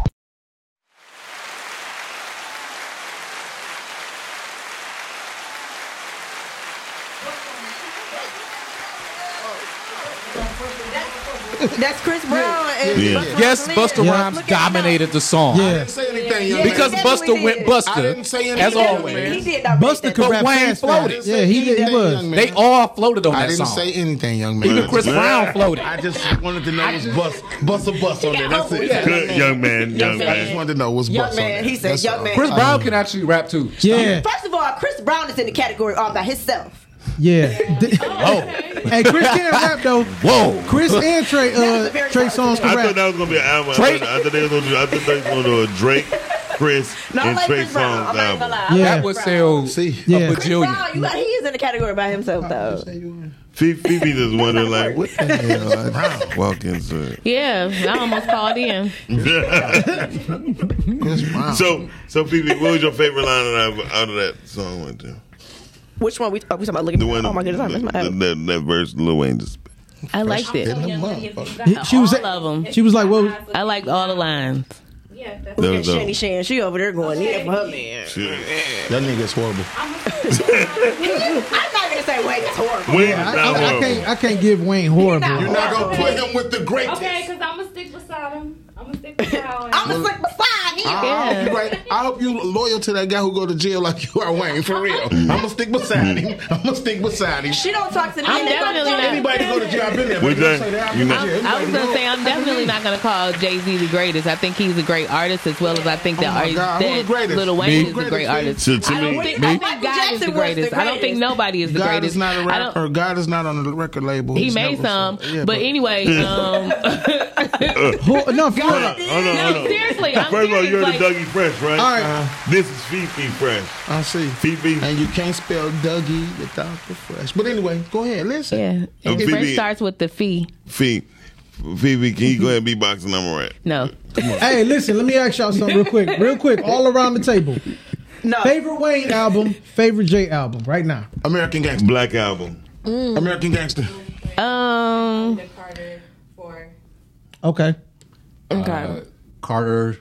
E: That's Chris Brown. And
J: Yeah.
E: Busta
J: Yes,
E: Rhymes.
J: Buster Rhymes dominated the song.
F: I didn't say anything, young
J: Because
F: man.
J: Buster went Buster,
F: I didn't say anything,
J: as
F: young
J: always.
F: man.
E: He did not.
H: Buster could
J: But
H: rap
J: Wayne
H: fast. man.
J: floated.
H: Yeah, he did. He was.
J: They all floated on
F: I
J: that
F: didn't
J: song.
F: say anything, young man.
J: Even Chris Brown floated.
F: I just wanted to know was bus, bus a bus on there. That's it.
D: Good young man, young
F: I just
D: man.
F: wanted to know was
E: Oh, Young
F: bus on
E: man,
F: there.
E: he said
F: That's
E: young
F: all.
E: man.
J: Chris Brown can actually rap too.
H: Yeah,
E: First of all, Chris Brown is in the category all by himself.
H: yeah. Hey, Chris can rap though.
J: Whoa.
H: Chris and Trey, uh, Trey songs
D: I
H: can
D: thought
H: rap.
D: that was gonna be an album. I
H: Drake.
D: thought, I thought they was gonna do. I thought they was gonna do a Drake, Chris,
E: No, I
D: and
E: like
D: Trey
E: Chris Brown.
D: Songz
E: I'm not even gonna
D: album.
E: lie.
J: That would sell
H: Yeah.
J: a bajillion.
E: Brown, you got, he is in the category by himself though.
D: Phoe- Phoebe just wondering like, what the hell? I just walked into.
G: Yeah, I almost called in.
D: so, so Phoebe, what was your favorite line out of, out of that song? Right there?
E: Which one we, are we talking about? Looking
D: The one.
E: oh my goodness, I missed my
D: the- that, that verse Lil Wayne just.
G: I liked it.
H: She was.
G: all of them.
H: She was like, "What?"
G: I liked all the lines.
D: That
E: Look at
D: was dope.
E: Shani Shan. She over there going in for her man.
F: That nigga's horrible.
E: I'm not gonna say Wayne is horrible.
D: Wayne
H: Yeah, I, I, I can't. I can't give Wayne horrible.
F: You're not gonna put him with the great.
Q: Okay, because I'm going to stick beside him. I'm going to stick beside him.
E: I'm gonna stick beside him.
F: I, I hope Ah, you right. I hope you loyal to that guy who go to jail like you are Wayne for real. I'm gonna stick beside him.
D: Hmm.
F: I'm gonna stick beside him.
E: She don't talk to me.
G: I'm definitely not.
F: Anybody go to jail? I've been there.
D: What'd
F: baby.
D: you
F: Say
D: say?
F: that, I've
D: You
F: been
D: know-
F: there.
G: I was gonna
F: Everybody
G: say I'm definitely not gonna call Jay Z the greatest. I think he's a great artist as well as I think that,
F: Oh my
G: artist,
F: God, who the
G: that
F: greatest?
G: Lil
D: Me?
G: Wayne is a great artist.
D: To, to
G: I don't
D: me,
G: think,
D: me?
G: I think God is the greatest. I don't think nobody is the
F: God
G: greatest.
F: is not a
G: I don't-
F: rapper. God is not on the record label.
G: He
F: He's
G: made
F: never-
G: some,
F: yeah,
G: but, anyway, um,
H: Who, no, for
D: Hold on, hold on,
F: Oh.
D: hold on.
G: seriously, I'm
D: First of all,
G: serious,
D: you're
G: like-
D: the Dougie Fresh, right? Uh-huh.
F: All right.
D: This is Fifi Fresh.
F: I see.
D: Phoebe.
F: And you can't spell Dougie without the fresh. But anyway, go ahead. Listen.
G: Yeah.
D: Oh,
G: It
D: Phoebe.
G: first starts with the fee.
D: Phoebe, Phoebe, can you go ahead and beatbox and I'm alright?
G: No.
H: Hey, listen, let me ask y'all something real quick. Real quick, all around the table.
E: No.
H: Favorite Wayne album, favorite Jay album, right now.
F: American Gangster.
D: Black album.
E: Mm.
F: American Gangster.
G: Um.
H: Okay.
J: Okay.
D: Uh,
J: Uh, Carter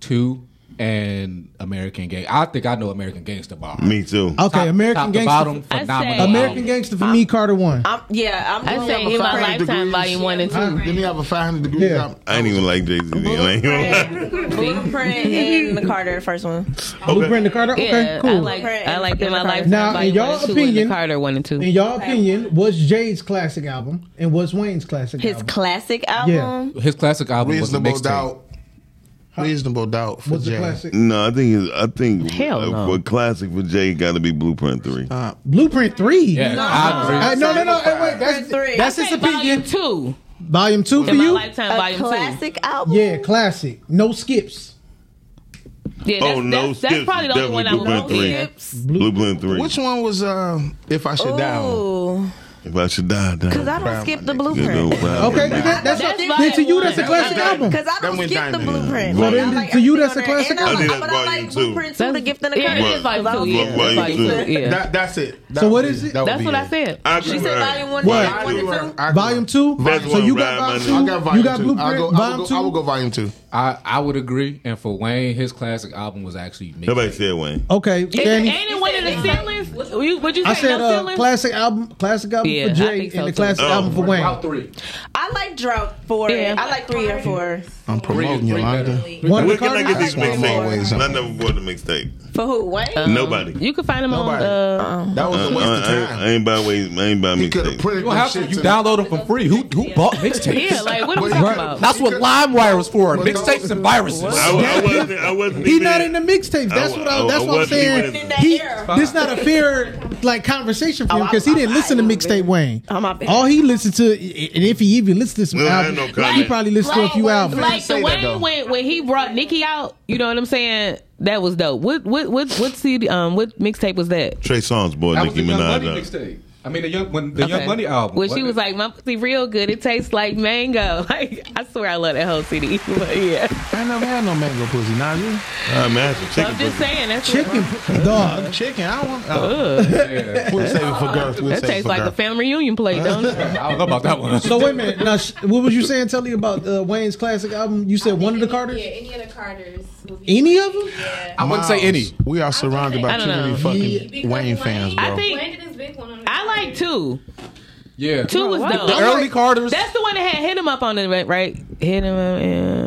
J: two and American Gang. I think I know American Gangster Bar.
D: Me too.
H: Okay, American
J: top to
H: Gangster.
J: bottom,
H: I
J: phenomenal.
H: say- American Gangster for me, Carter one.
E: I'm, yeah, I'm.
G: I
E: doing
G: say
E: number
G: in my
E: five.
G: lifetime, volume one and
F: Huh?
G: two.
F: Let me have a 500 degrees. Yeah.
D: I ain't even like Jay Z. I ain't gonna lie.
E: Blueprint and the Carter, the first one.
H: Blueprint the Carter. Okay,
G: Yeah,
H: cool.
G: I like I like in my lifetime.
H: Now, in
G: volume
H: y'all
G: one and two,
H: opinion-
G: and the Carter one and two.
H: In y'all opinion, what's Jay's classic album and what's Wayne's classic
E: His
H: album?
E: classic album.
J: His classic album was a
F: Reasonable
J: mixtape.
F: doubt. Reasonable doubt for
H: What's the
F: Jay.
H: classic?
D: No, I think it's, I think
G: Hell
D: uh,
G: no.
D: for classic for Jay got to be Blueprint Three.
H: Blueprint three.
J: Yeah, I agree.
H: Hey, Uh, no, no, no. Hey, wait,
E: Blueprint
H: that's
E: three.
H: that's
G: I
H: his
G: say volume
H: opinion.
G: two
H: Volume two for
G: in my
H: you.
G: lifetime,
E: a
G: volume two.
E: classic album.
H: Yeah, classic. No skips.
G: Yeah, that's,
D: Oh, no
G: that's, that's
D: skips
G: probably the only
D: is
G: one I
D: definitely
G: won't
D: Blueprint three.
G: hear.
D: Blueprint Three.
F: Which one was uh, If I Should Die?
E: Ooh,
D: If I should die, die.
E: cause I don't skip the blueprint.
J: Oh,
H: Okay, then that, that's,
G: That's
H: then to you that's a
G: volume
H: classic album.
E: Cause I don't
F: went
E: skip the
F: diamond.
E: blueprint.
D: So
E: But
D: then
E: I like
H: to you,
E: everything
H: that's a
E: on there.
H: classic
E: And I
H: album?
D: I
E: like,
D: think
E: but
D: that's
E: I
D: volume
E: like
D: two.
E: blueprint too. The
G: That's-
E: gift and the
G: yeah,
E: curse.
G: it is volume two. Yeah,
D: Volume
G: it's volume
D: two.
G: two. Yeah,
F: That, that's it.
H: So
F: would
H: what
F: be
H: is it?
F: That would
G: that's
F: be
G: what I said.
D: I agree
E: She
D: with
E: said
D: her.
E: volume one,
H: What?
E: volume one and two.
F: I-
H: Volume two.
D: That's
H: so
D: one
H: you
D: ride,
H: got
D: my
H: volume two.
D: nigga.
F: I got volume
H: you got
F: two.
H: blueprint.
F: I go, I
H: volume
F: will go, I will
H: two.
F: go volume two.
J: I, I would agree. And for Wayne, his classic album was actually mixed.
D: Nobody said Wayne.
H: Okay,
G: Is it
H: Danny.
G: any one of the ceilings? Would you, would you say
H: I said
G: no
H: uh,
G: ceilings?
H: classic album, classic album
G: Yeah, I
H: for Jay,
G: think so
H: and the
G: too.
H: classic
D: Oh.
H: album for Wayne.
J: Out three.
E: I like drought four.
G: Yeah.
E: I like three or four.
F: I'm promoting
J: Three
F: Yolanda.
J: better.
H: One
D: Where
H: of the
D: can I get
H: Carter.
D: these
F: That's one more ways
D: mixtapes?
F: up.
D: I never bought the mixtape.
E: For who? Wayne.
D: Nobody.
G: You can find them
F: Nobody. Uh-uh.
G: on. Uh,
F: That was
D: Uh,
F: a waste of
D: I, I, I
F: time.
D: ain't buy ways. I ain't buy
F: He could have
D: mixtapes.
F: printed
J: You don't have
F: this
J: to.
F: shit
J: You
F: to-
J: download them for free. Who who bought mixtapes?
G: yeah, like what are we
F: Wait,
G: talking
F: right.
G: about?
J: That's what LimeWire was for. Mixtapes and viruses.
D: I, wa- I wasn't. I wasn't.
H: He
D: even-
H: not in the mixtapes. That's
D: I-
H: what I,
D: I-
H: that's
D: I
H: what I'm
D: wasn't
H: saying.
D: even-
H: He,
E: Fine.
H: this not a fair like conversation for him because he
E: I'm-
H: didn't
E: I'm
H: listen to
E: not even-
H: mixtape Wayne.
E: I'm not bad.
H: All he listened to, and if he even listened to some
D: We don't have
H: albums,
D: no
H: he
D: comment.
H: probably listened to a few albums.
G: Like the
F: say that,
G: way
F: though.
G: when when he brought Nicki out, you know what I'm saying? That was dope. What what what what CD um what mixtape was that?
D: Trey Songz boy
J: That was
D: Nicki
J: the Young Money
D: Minaj.
J: mixtape. I mean, the Young, when, the
G: Okay.
J: Young Money
F: Oh,
J: album.
G: Where she was like, "My pussy real good. It tastes like mango." Like I swear, I love that whole CD. But yeah,
F: I ain't never had no mango pussy, nah, you?
D: I mean, I had some
G: so
D: chicken.
G: I'm just
D: pussy.
G: saying that's
H: Chicken dog.
F: Chicken, I don't want. Oh,
G: Ugh,
J: Yeah.
F: we'll save it for girls. We'll
G: that
F: save it
G: tastes
F: for
G: like a
F: girls.
G: family reunion plate, don't it?
J: I don't know about that one.
H: So wait a minute. Now, sh- what was you saying, Telly, about uh, Wayne's classic album? You said one of the Carters.
Q: Yeah, any of the Carters. would be-
H: Any of them?
Q: Yeah.
J: I wouldn't say any.
F: We are surrounded by
G: I
F: too
G: don't
F: many
G: know.
F: fucking Wayne fans, bro.
G: I think-
Q: Wayne did his big one on the
G: I like two.
J: Yeah.
G: Two was dope.
J: The early Carters.
G: That's the one that had hit him up on it, right? right? Hit him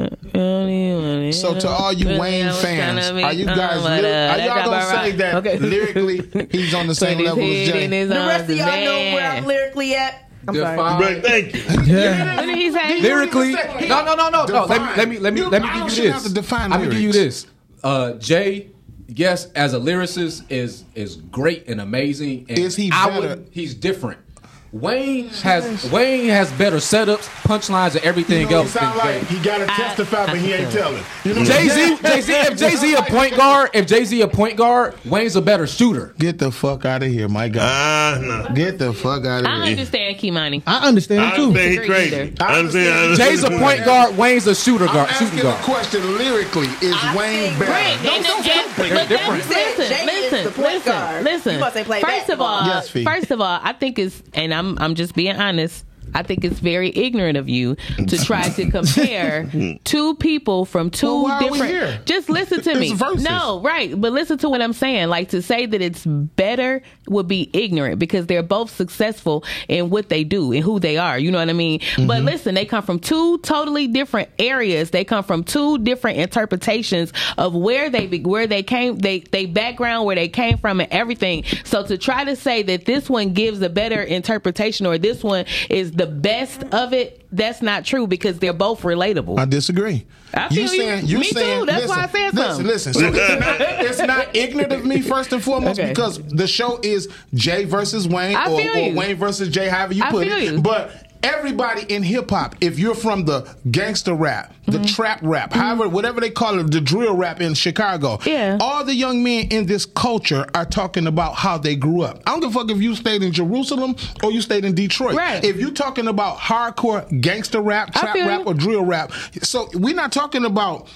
G: up. Yeah.
F: So to all you Wayne fans, are you guys lyri- are y'all gonna say that lyrically he's on the same level as Jay?
E: The rest of y'all know where I'm lyrically at. I'm sorry.
J: Define-
D: Bro, thank you.
H: Yeah.
G: What did he say?
J: Lyrically, no, no, no, no, no. Let me, let me, let me,
F: Define.
J: let
F: You-
J: me
F: I
J: give
F: don't
J: you
F: shouldn't have
J: this.
F: to define
J: I'm gonna give you
F: lyrics.
J: this. Uh, Jay, yes, as a lyricist, is is great and amazing. And
F: Is he
J: I
F: better?
J: would- he's different. Wayne has Wayne has better setups, punchlines, and everything
F: You know, he
J: else. Than
F: sound like
J: Jay.
F: he gotta testify, but he ain't telling. You know,
J: Jay Z, Jay Z, if Jay Z a point guard, if Jay Z a point guard, Wayne's a better shooter.
F: get the fuck out of here, my guy.
D: Ah, no.
F: Get the fuck out of
G: I
F: here.
G: understand Kimani.
H: I understand
D: I
H: it too.
D: understand he
G: Agree either.
D: crazy. I understand.
J: Jay's a point guard, Wayne's a shooter
F: I'm
J: guard, shooting
F: asking a
J: guard.
F: question lyrically: Is
E: I
F: Wayne
E: think
F: better?
E: Greg-
G: And then Jay-
J: bring
G: but
J: it
G: that's-
J: different.
E: You said
G: Listen,
E: Jay is the
G: listen,
E: point
G: listen,
E: guard.
G: listen.
E: You must say play
G: First of
E: basketball.
G: all,
F: Yes, Fee.
G: first of all, I think it's, and I'm I'm just being honest. I think it's very ignorant of you to try to compare two people from two
A: Well, why are we
G: different.
A: here?
G: Just listen to me.
A: It's versus.
G: No, right, but listen to what I'm saying. Like to say that it's better would be ignorant because they're both successful in what they do and who they are. You know what I mean?
A: Mm-hmm.
G: But listen, they come from two totally different areas. They come from two different interpretations of where they be, where they came, they they background, where they came from, and everything. So to try to say that this one gives a better interpretation or this one is the best of it, that's not true because they're both relatable.
F: I disagree.
G: I feel you. Me too. That's why I
F: listen,
G: said something.
F: Listen, So it's, not, it's not ignorant of me first and foremost
G: Okay.
F: because the show is Jay versus Wayne
G: I
F: or,
G: feel
F: or
G: you.
F: Wayne versus Jay, however you
G: I
F: put
G: feel
F: it.
G: you.
F: But everybody in hip hop, if you're from the gangster rap,
G: Mm-hmm.
F: the trap rap, however whatever they call it, the drill rap in Chicago, yeah. all the young men in this culture are talking about how they grew up. I don't give a fuck if you stayed in Jerusalem or you stayed in Detroit. Right. If you're talking about hardcore gangster rap, trap
P: feel
F: rap,
P: you.
F: or drill rap, so we're not talking about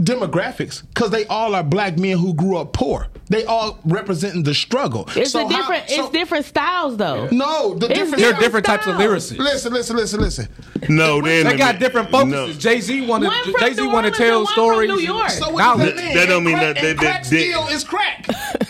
F: demographics because they all are black men who grew up poor. They all representing the struggle.
G: It's
F: So
G: a
F: how-
G: different.
F: so-
G: it's different styles, though.
F: no, Oh, the
G: It's
F: different
G: They're different types of
J: lyricism.
F: Listen, listen, listen, listen.
D: No, they
J: They got different focuses. Jay Z wanted
F: One from
J: Jay Z
F: New
J: wanted to tell
F: Orleans and one from
J: stories.
F: New York. So what
J: Knowledge.
F: does that mean? That don't mean that- that- Crack still is crack.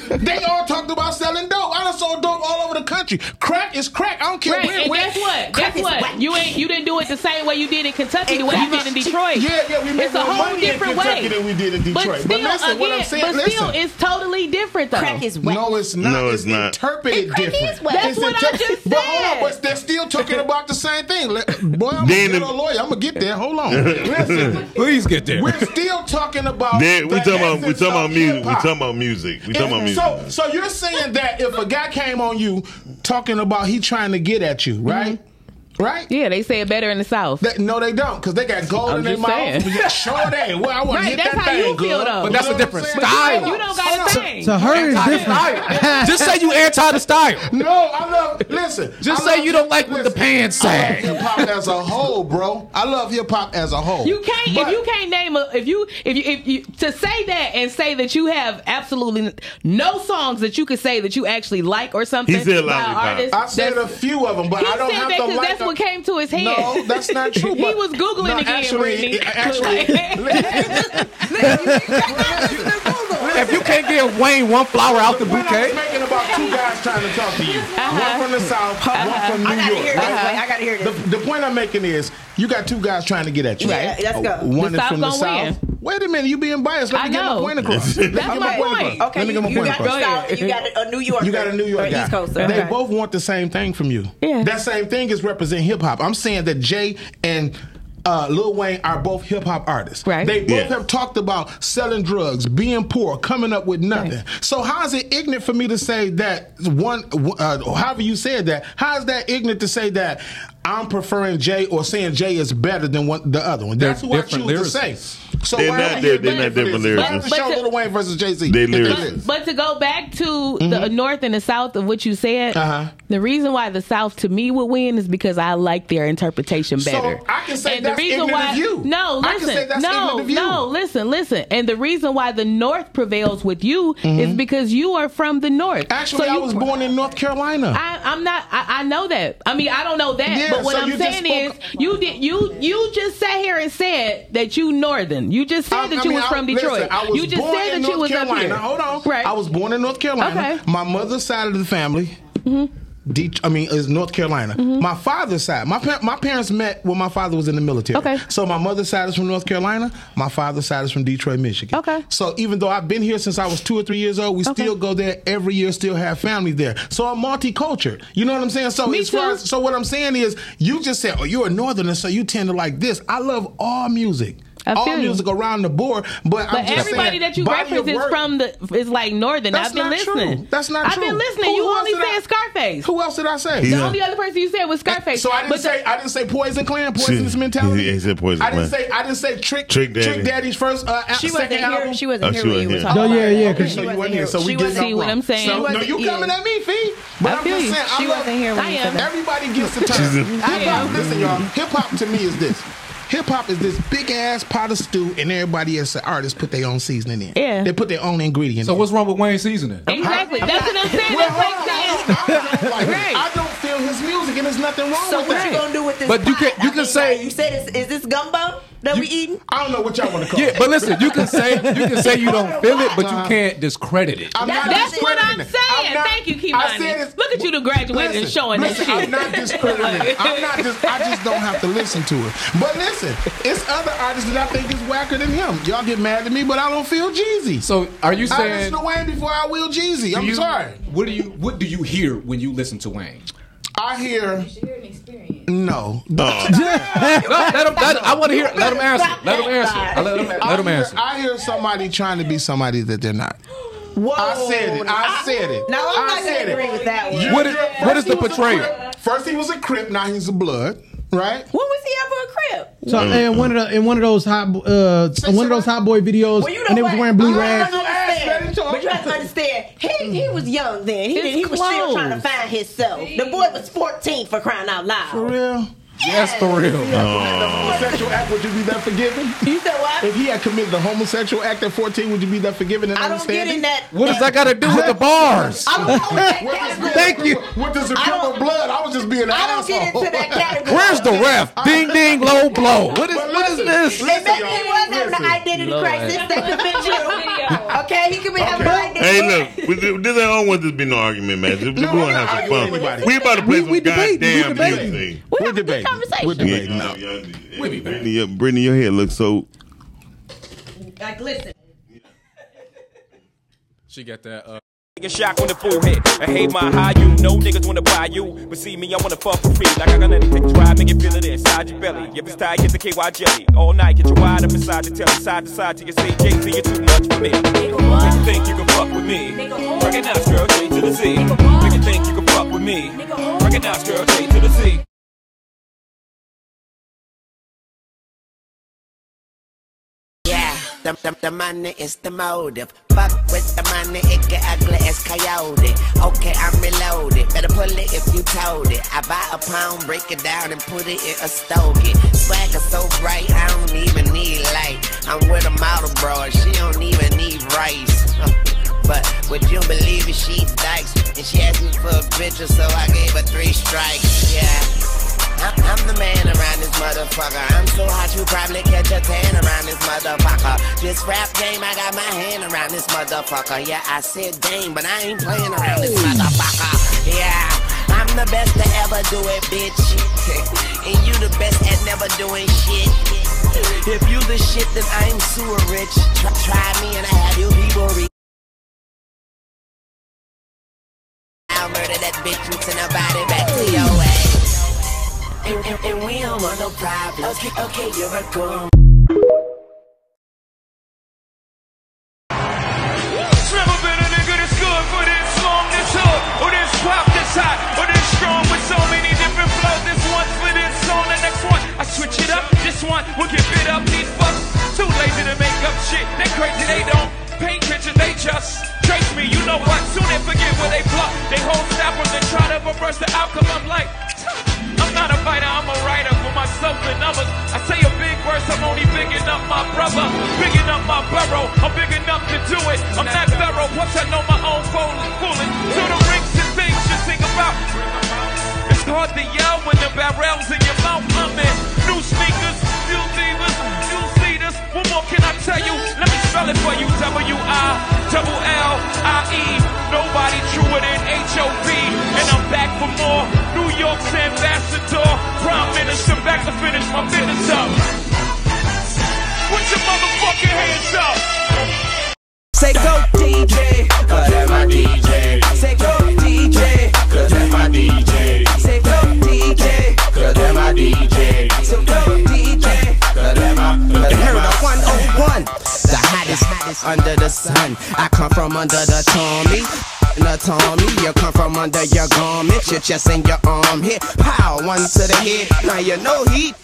F: they all talked about selling dope. I done sold dope all over the country. Crack is crack. I don't care
G: Right,
F: where.
G: and
F: where-
G: guess what?
F: Crack
G: Guess
F: is
G: what?
F: whack.
G: You ain't you didn't do it the same way you did in Kentucky, the way you
F: Exactly.
G: did in Detroit.
F: Yeah, yeah, we made
G: it's a
F: more
G: whole
F: money in
G: different
F: Kentucky
G: way
F: than we did in Detroit.
G: But
F: But
G: still,
F: listen,
G: again,
F: what I'm saying-
G: but still,
F: listen.
G: it's totally different though.
F: Crack is whack. No, it's not.
D: No, it's not.
F: Interpreted
G: Crack is
F: different.
G: whack. That's
F: It's
G: what I
F: interpre-
G: just
F: But hold
G: said.
F: on, but they're still talking about the same thing. Let- Boy, I'm
D: Then
F: gonna get
D: the-
F: a lawyer. I'm gonna get there. Hold on. Listen,
J: please get there.
F: we're still talking about.
D: Then we
F: the
D: talking about we
F: essence
D: talking
F: of
D: about music. We
F: hip-hop.
D: talking about music. We talking about music.
F: So, so you're saying that if a guy came on you talking about he trying to get at you, right? Right?
G: Mm-hmm. Yeah, they say it better in the South.
F: no, they don't, because they got gold
G: I'm
F: in their
G: just
F: mouth.
G: saying.
F: Yeah, Sure they. Well, I want
G: Right,
F: to hit
G: that's
F: that
G: how
F: thing
G: you feel,
F: good.
G: though.
F: You
J: But that's
F: know
J: a
F: what I'm
J: different
F: saying?
J: style.
F: You
G: don't got a thing.
H: To her, it's
J: Anti the
H: different.
J: style. Just say you anti the style.
F: No, I love. Listen,
J: Just
F: I
J: say
F: love-
J: you don't like what the pants
F: I
J: say.
F: love hip hop as a whole, bro. I love hip hop as a whole.
G: You can't if you can't name a if you if you if you to say that and say that you have absolutely no songs that you could say that you actually like or something.
F: He said
G: by
F: lollipop.
G: artists,
F: I said
G: that's-
F: a few of 'em, but
G: he
F: I don't
G: said
F: have
G: that
F: to
G: 'cause
F: like
G: That's
F: a-
G: what came to his head.
F: No, that's not true,
G: he
F: but-
G: was googling
F: No,
G: again.
F: actually,
G: Brittany.
F: it- actually-
J: If you can't get Wayne one flower out the
F: When I was
J: bouquet,
F: making about two guys trying to talk to you, one from the south,
E: Uh-huh.
F: one from
E: I
F: New
E: gotta
F: York.
E: hear this.
F: right?
E: Wait, I gotta hear this.
F: The, the point I'm making is, you got two guys trying to get at you.
E: Right. Yeah, let's go.
F: Uh, One
E: The
F: is
E: South
F: from the
E: gonna
F: south.
E: win.
F: Wait a minute, you being biased. Let
E: I
F: me get my
E: know.
F: point across. Let me
E: That's
F: get
E: my point.
F: across.
E: Okay,
F: Let me get my
E: you
F: point
E: got the
F: across.
E: South, you got a New Yorker.
F: You got a New York
E: Or
F: guy.
E: East Coaster,
F: They
E: okay.
F: both want the same thing from you. Yeah. That same thing is represent hip hop. I'm saying that Jay and uh, Lil Wayne are both hip hop artists. Right. They both
D: Yeah.
F: have talked about selling drugs, being poor, coming up with nothing. So how is it ignorant for me to say that one? Uh, however you said that, how is that ignorant to say that I'm preferring Jay or saying Jay is better than one, the other one? That's
J: They're
F: who I choose
J: different
F: to
J: lyricists.
F: say. So
D: They're
F: why
D: not-
F: are we
D: they're-
F: here
D: they're not
F: debating for
D: different
F: this? Why
D: lyricists.
F: is the show
G: But-
F: Lil Wayne versus Jay Z?
D: They
G: But, but to go back to the North and the South of what you said,
F: Uh-huh.
G: the reason why the South to me would win is because I like their interpretation better.
F: So I can say
G: and
F: that's
G: the reason
F: ignorant
G: why
F: of you.
G: no,
F: I can
G: listen,
F: say that's ignorant
G: no,
F: of you.
G: no, listen, listen. And the reason why the North prevails with you is because you are from the North.
F: Mm-hmm. Actually,
G: so
F: I
G: you,
F: was born in North Carolina.
G: I, I'm not. I, I know that. I mean, I don't know that.
F: Yeah,
G: but what
F: so you
G: I'm
F: just
G: saying is, you did. You you just sat here and said that you northern. You just said
F: I-
G: that
F: I
G: you
F: mean,
G: was
F: I-
G: from Detroit.
F: listen, I was
G: you just
F: born
G: said
F: in
G: that you
F: North
G: was up
F: Carolina.
G: here.
F: Hold on. Right. I was born in North Carolina. My mother's side of the family. Det- I mean, is North Carolina. My father's side. My pa- my parents met when my father was in the military. Okay. So my mother's side is from North Carolina. My father's side is from Detroit, Michigan. Okay. So even though I've been here since I was two or three years old, we still go there every year. Still have family there. So I'm multicultural. You know what I'm saying? So as far as, so what I'm saying is, you just said, oh, you're a northerner, so you tend to like this. I love all music.
G: I
F: all
G: feel you.
F: music around the board, but I'm
G: But
F: just
G: everybody
F: saying,
G: that you
F: body
G: reference
F: of
G: is
F: work-
G: from the is like northern.
F: That's
G: I've been
F: not true.
G: listening.
F: That's not
G: I've
F: true.
G: been listening.
F: Who-
G: you
F: who else
G: only
F: did I-
G: said Scarface.
F: Who else did I say?
G: The
D: Yeah.
G: only other person you said was Scarface.
F: So I didn't
G: But the-
F: say I didn't say Poison Clan, Poisonous Mentality.
D: He- he said Poison
F: I didn't
D: Clan.
F: say I didn't say Trick
D: Trick Daddy.
F: Daddy's first uh, al-
E: She wasn't
F: second
E: here-
F: album.
E: she
D: wasn't Oh, here she when you wasn't were here. talking
H: No, yeah, about it. yeah, 'cause
F: So
H: she
F: you
H: wasn't
F: wasn't
H: here.
F: here. So
H: She
F: we did
H: wasn't-
F: not
H: see what I'm saying? She
F: So, no,
H: wasn't
F: you
H: here.
F: coming at me, Fee? But
H: I
F: I'm
H: feel
F: just
H: you.
F: saying,
H: She
F: I love,
H: wasn't here when
F: I
H: you
F: am.
H: said that.
F: Everybody gets the turn. Hip hop. Listen, y'all. Hip hop to me is this. Hip hop is this big ass pot of stew, and everybody as an artist put their own seasoning in. Yeah, they put their own ingredient.
J: so what's wrong with Wayne seasoning?
G: Exactly. That's what I'm saying.
F: Well,
G: That's what I'm saying.
F: I don't like it. I don't feel his music, and and there's nothing wrong
E: So
F: with
E: what
F: that.
E: you gonna do with this?
J: But you
E: pot?
J: can- you
E: I
J: can
E: mean,
J: say-
E: like, you said is, is this gumbo that we eating?
F: I don't know what y'all want to call
J: Yeah, but listen, you can say you can say you don't feel it, but you can't discredit it.
F: I'm
G: That's,
F: not
G: that's what I'm
F: discrediting it. I'm
G: saying.
F: not-
G: Thank you,
F: I said
G: Kimani. Look at you to graduate and showing
F: listen,
G: that shit.
F: I'm not discrediting it. I'm not just. I just don't have to listen to it. But listen, it's other artists that I think is whacker than him. Y'all get mad at me, but I don't feel Jeezy.
J: So are you
F: I
J: saying?
F: listen to Wayne before I will Jeezy.
J: do
F: I'm
J: you-
F: sorry.
J: What do you What do you hear when you listen to Wayne?
F: I hear. No.
J: Uh. let him- let him- I want to hear. Let him answer. Let him answer. I let him. Let him
F: I hear-
J: answer.
F: I hear somebody trying to be somebody that they're not. I said it. I said it.
E: No, I'm
F: I
E: not
F: said
E: gonna agree
F: it.
E: with that one.
F: You-
J: What is-
F: first
J: what is
F: he
J: the
F: was a
J: portrayal?
F: Crip. First he was a Crip, now he's a Blood, right?
E: When was he ever a crip?
H: So
J: Mm.
H: in one of the in one of those hot bo- uh in one of those hot boy videos,
E: Well, you know
H: and they was
E: what?
H: wearing blue
E: Ah, I
H: rags.
E: understand. But you have to understand, he, he was young then. He,
G: It's
E: did, he was still
G: clothes.
E: trying to find himself. The boy was 14 for crying out loud. For
F: real? Oh.
J: Yes, for real. Oh.
F: The homosexual act, would you be that forgiving?
E: You said what?
F: If he had committed the homosexual act at 14, would you be that forgiving and
E: I don't get
F: understanding?
E: in that.
J: What does that got to do with the bars?
E: I don't know what that
F: What does
E: category.
J: Thank you.
F: What does the
E: I
F: Crip
E: don't-
F: of Blood? I was just being an
E: I don't
F: asshole.
E: get into that category. Uh,
J: Where's the ref? Ding ding, low blow. What is
F: But
J: What is
F: listen,
J: this?
E: If
F: listen,
E: that
F: y'all.
E: man was having an identity
D: Lord.
E: crisis, that could be true. Okay, he could be having an identity
D: Hey, look, we- this ain't always just been no argument, man. We're
F: No,
D: going
F: we're
D: to
F: not
D: have some
F: arguing
D: fun.
F: with anybody.
D: We about to play
F: We-
D: some
F: we debating, we
D: goddamn
F: debating.
D: music.
F: We're debating. We're debating.
D: Yeah,
F: No.
D: We'll be back. Brittany, your- Brittany, your hair looks so.
E: crisis. Like, listen.
J: She got that. Uh,
P: Nigga shock on the forehead. I hate my high you. No niggas wanna buy you. But see me, I wanna fuck for free. Like I got anything dry, make it feel it inside your belly. Yep, it's tight, get the KY jelly. All night, get your wide up inside your telly. Side to side till you say, Jay Z, you're too much for me. Make you think you can fuck with me. Recognize, girl, J to the Z. Make you think you can fuck with me. Recognize, girl, J to the Z.
O: Yeah, the, the, the money is the motive. Fuck with the money, it get ugly as coyote. Okay, I'm reloaded. Better pull it if you told it. I buy a pound, break it down, and put it in a stogie. Swagger so bright, I don't even need light. I'm with a model broad, she don't even need rice. But would you believe it? She dykes, and she asked me for a picture, so I gave her three strikes. Yeah. I'm, I'm the man around this motherfucker. I'm so hot you probably catch a tan around this motherfucker. This rap game, I got my hand around this motherfucker. Yeah, I said game, but I ain't playing around this motherfucker. Yeah, I'm the best to ever do it, bitch. and you the best at never doing shit. If you the shit, then I'm sewer rich. Try, try me and I have you people re- I'll murder that bitch and send her body back to your ass. And, and, and we don't want no problems. Okay, okay, you're a goon.
P: It's never been a nigga that's good for this long, this hood, or this pop, this hot, or this strong with so many different flows. This one's for this song, the next one I switch it up. This one will get bit up. These fucks too lazy to make up shit. They crazy, they don't paint pictures, they just trace me. You know what? Soon they forget where they bluff. They hold snap them and try to reverse the outcome. I'm like. I'm not a fighter, I'm a writer for myself and others. I say a big verse, I'm only bigging up my brother, bigging up my burrow. I'm big enough to do it. I'm not thorough, plus I know my own fool fooling. So the rings and things you think about. It's hard to yell when the barrel's in your mouth. I'm in new sneakers, new divas, new leaders. What more can I tell you? Let me spell it for you. W I double L I E. Nobody truer than H O V. And I'm back for more. New York's ambassador, prime minister, back to finish my business up. Put your motherfucking hands up.
R: Say go DJ, cause that's my DJ. Say go DJ, cause that's my DJ. Say go DJ, cause that's my DJ. So go DJ, cause that's my, cause that's my.
O: 101. The hottest, hottest under the sun. I come from under the Tommy. The Tommy, you come from under your garment, your chest and your arm here. Pow, one to the head. Now you know heat.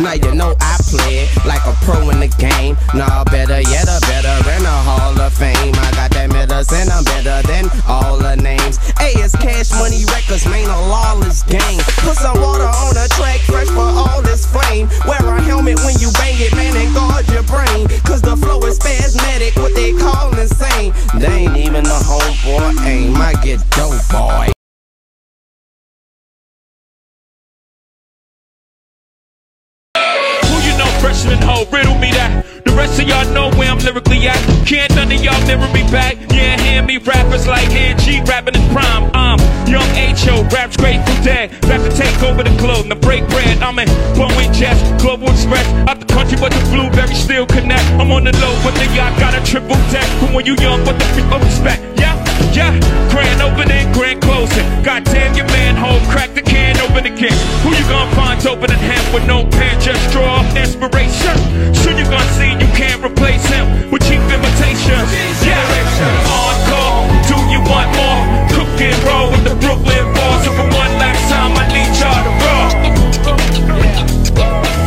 O: Now you know I play it like a pro in the game. Nah, better yet, a better in a hall of fame. I got that medicine, I'm better than all the names. Hey, it's cash money records, man, a lawless game. Put some water on the track, fresh for all this flame. Wear a helmet when you bang it, man, and guard your brain. Cause the flow is spasmodic, what they call insane. They ain't even a homeboy aim, I get dope, boy.
P: lyrically I can't none of y'all mirror me back. Yeah, hear me rappers like hand G rapping in prime. I'm young H.O. raps great from dead. Rap to take over the globe, now break bread. I'm in Boeing Jets, Global Express. Out the country, but the blueberry still connect. I'm on the low, but nigga, I got a triple deck. But when you young, what the people respect? Yeah, yeah. Grand opening, grand closing. Goddamn your manhole, crack the can open again. Who you gonna find opening him with no pen? Just draw up inspiration. Soon you gonna see you can't replace him with cheap imitations. Yeah, encore. Do you want more? Cook and roll with the Brooklyn Balls. So for one last time, I need y'all to roll.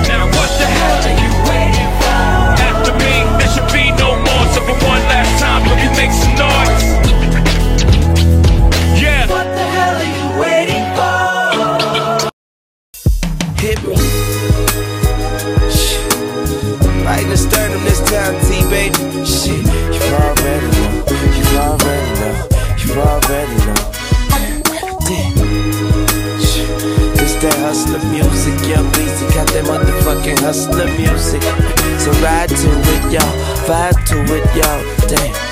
P: Now what the hell are you waiting for? After me, there should be no more. So for one last time, let me make some noise. Yeah. What the hell are you waiting for?
R: Hit me. Shit. Fighting the sternum this time, T baby. Shit, you already know. You already know. You already know. Damn. Shit. This that hustler music, yo, Weezy got that motherfucking hustler music. So ride to it, y'all. Vibe to it, y'all. Damn.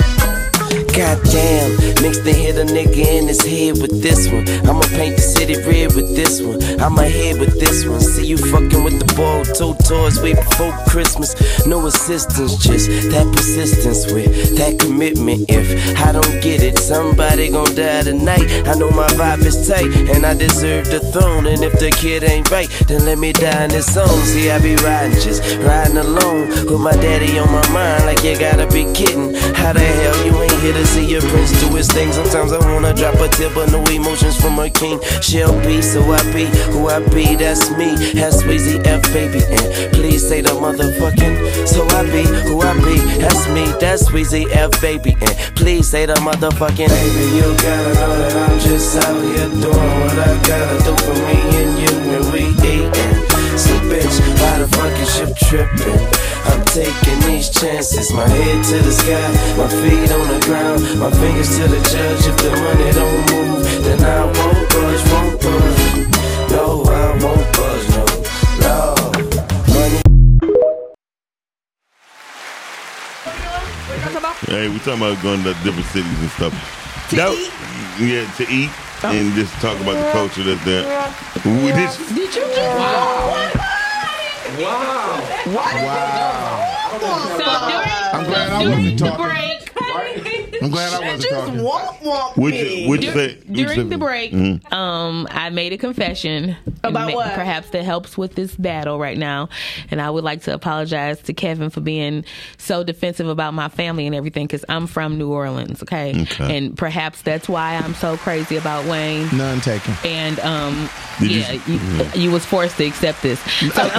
R: Goddamn, mix the hit a nigga in his head with this one. I'ma paint the city red with this one. I'ma head with this one. See you fucking with the ball, two toys way before Christmas. No assistance, just that persistence with that commitment. If I don't get it, somebody gon' die tonight. I know my vibe is tight, and I deserve the throne. And if the kid ain't right, then let me die in this zone. See, I be riding, just riding alone with my daddy on my mind. Like you gotta be kidding. How the hell you ain't here to see your prince do his thing? Sometimes I wanna drop a tip, but no emotions from a king. She'll be, so I be who I be. That's me. That's Weezy F, baby. And please say the motherfucking. So I be who I be. That's me. That's Weezy F, baby. And please say the motherfucking. Baby, you gotta know that I'm just out here doing what I gotta do for me and you and we eatin'. So bitch, why the fuck is you trippin'? I'm taking these chances, my head to the sky, my feet on the ground, my fingers to the judge. If the money don't move, then I won't budge, won't budge. No, I won't budge, no, no.
D: Hey, we talking about going to different cities and stuff. To eat? Yeah, to eat
F: Oh.
D: and just talk about the culture that's there. We did.
E: Did you just
J: Wow.
E: Why did you just
F: I'm glad I wasn't talking. I'm glad I wasn't talking.
E: Womp womp
D: Would
E: me.
D: you, would you say would you
G: During
D: say-
G: the break,
D: Mhm.
F: Mm-hmm.
G: um, I made a confession.
E: About
G: And
E: what?
G: Perhaps that helps with this battle right now. And I would like to apologize to Kevin for being so defensive about my family and everything because I'm from New Orleans, okay?
F: Okay.
G: And perhaps that's why I'm so crazy about Wayne.
F: None taken.
G: And um,
F: Did you- Mm-hmm.
G: yeah, you, you was forced to accept this.
F: None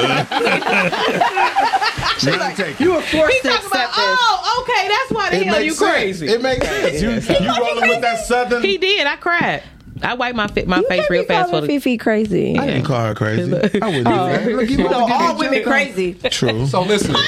F: taken. You were
E: He talking about, oh, okay, that's why they
F: It
E: held you
F: makes sense.
E: crazy.
F: It makes sense. You-
E: He
F: you
E: called
F: rolling with that southern.
G: He did. I cried. I wiped my fa- my face real fast for the
E: Fifi crazy.
F: I didn't call her crazy. I wouldn't do that. Look, you
E: No,
F: both did
E: all
F: each
E: women
F: other.
E: crazy.
F: True. So listen.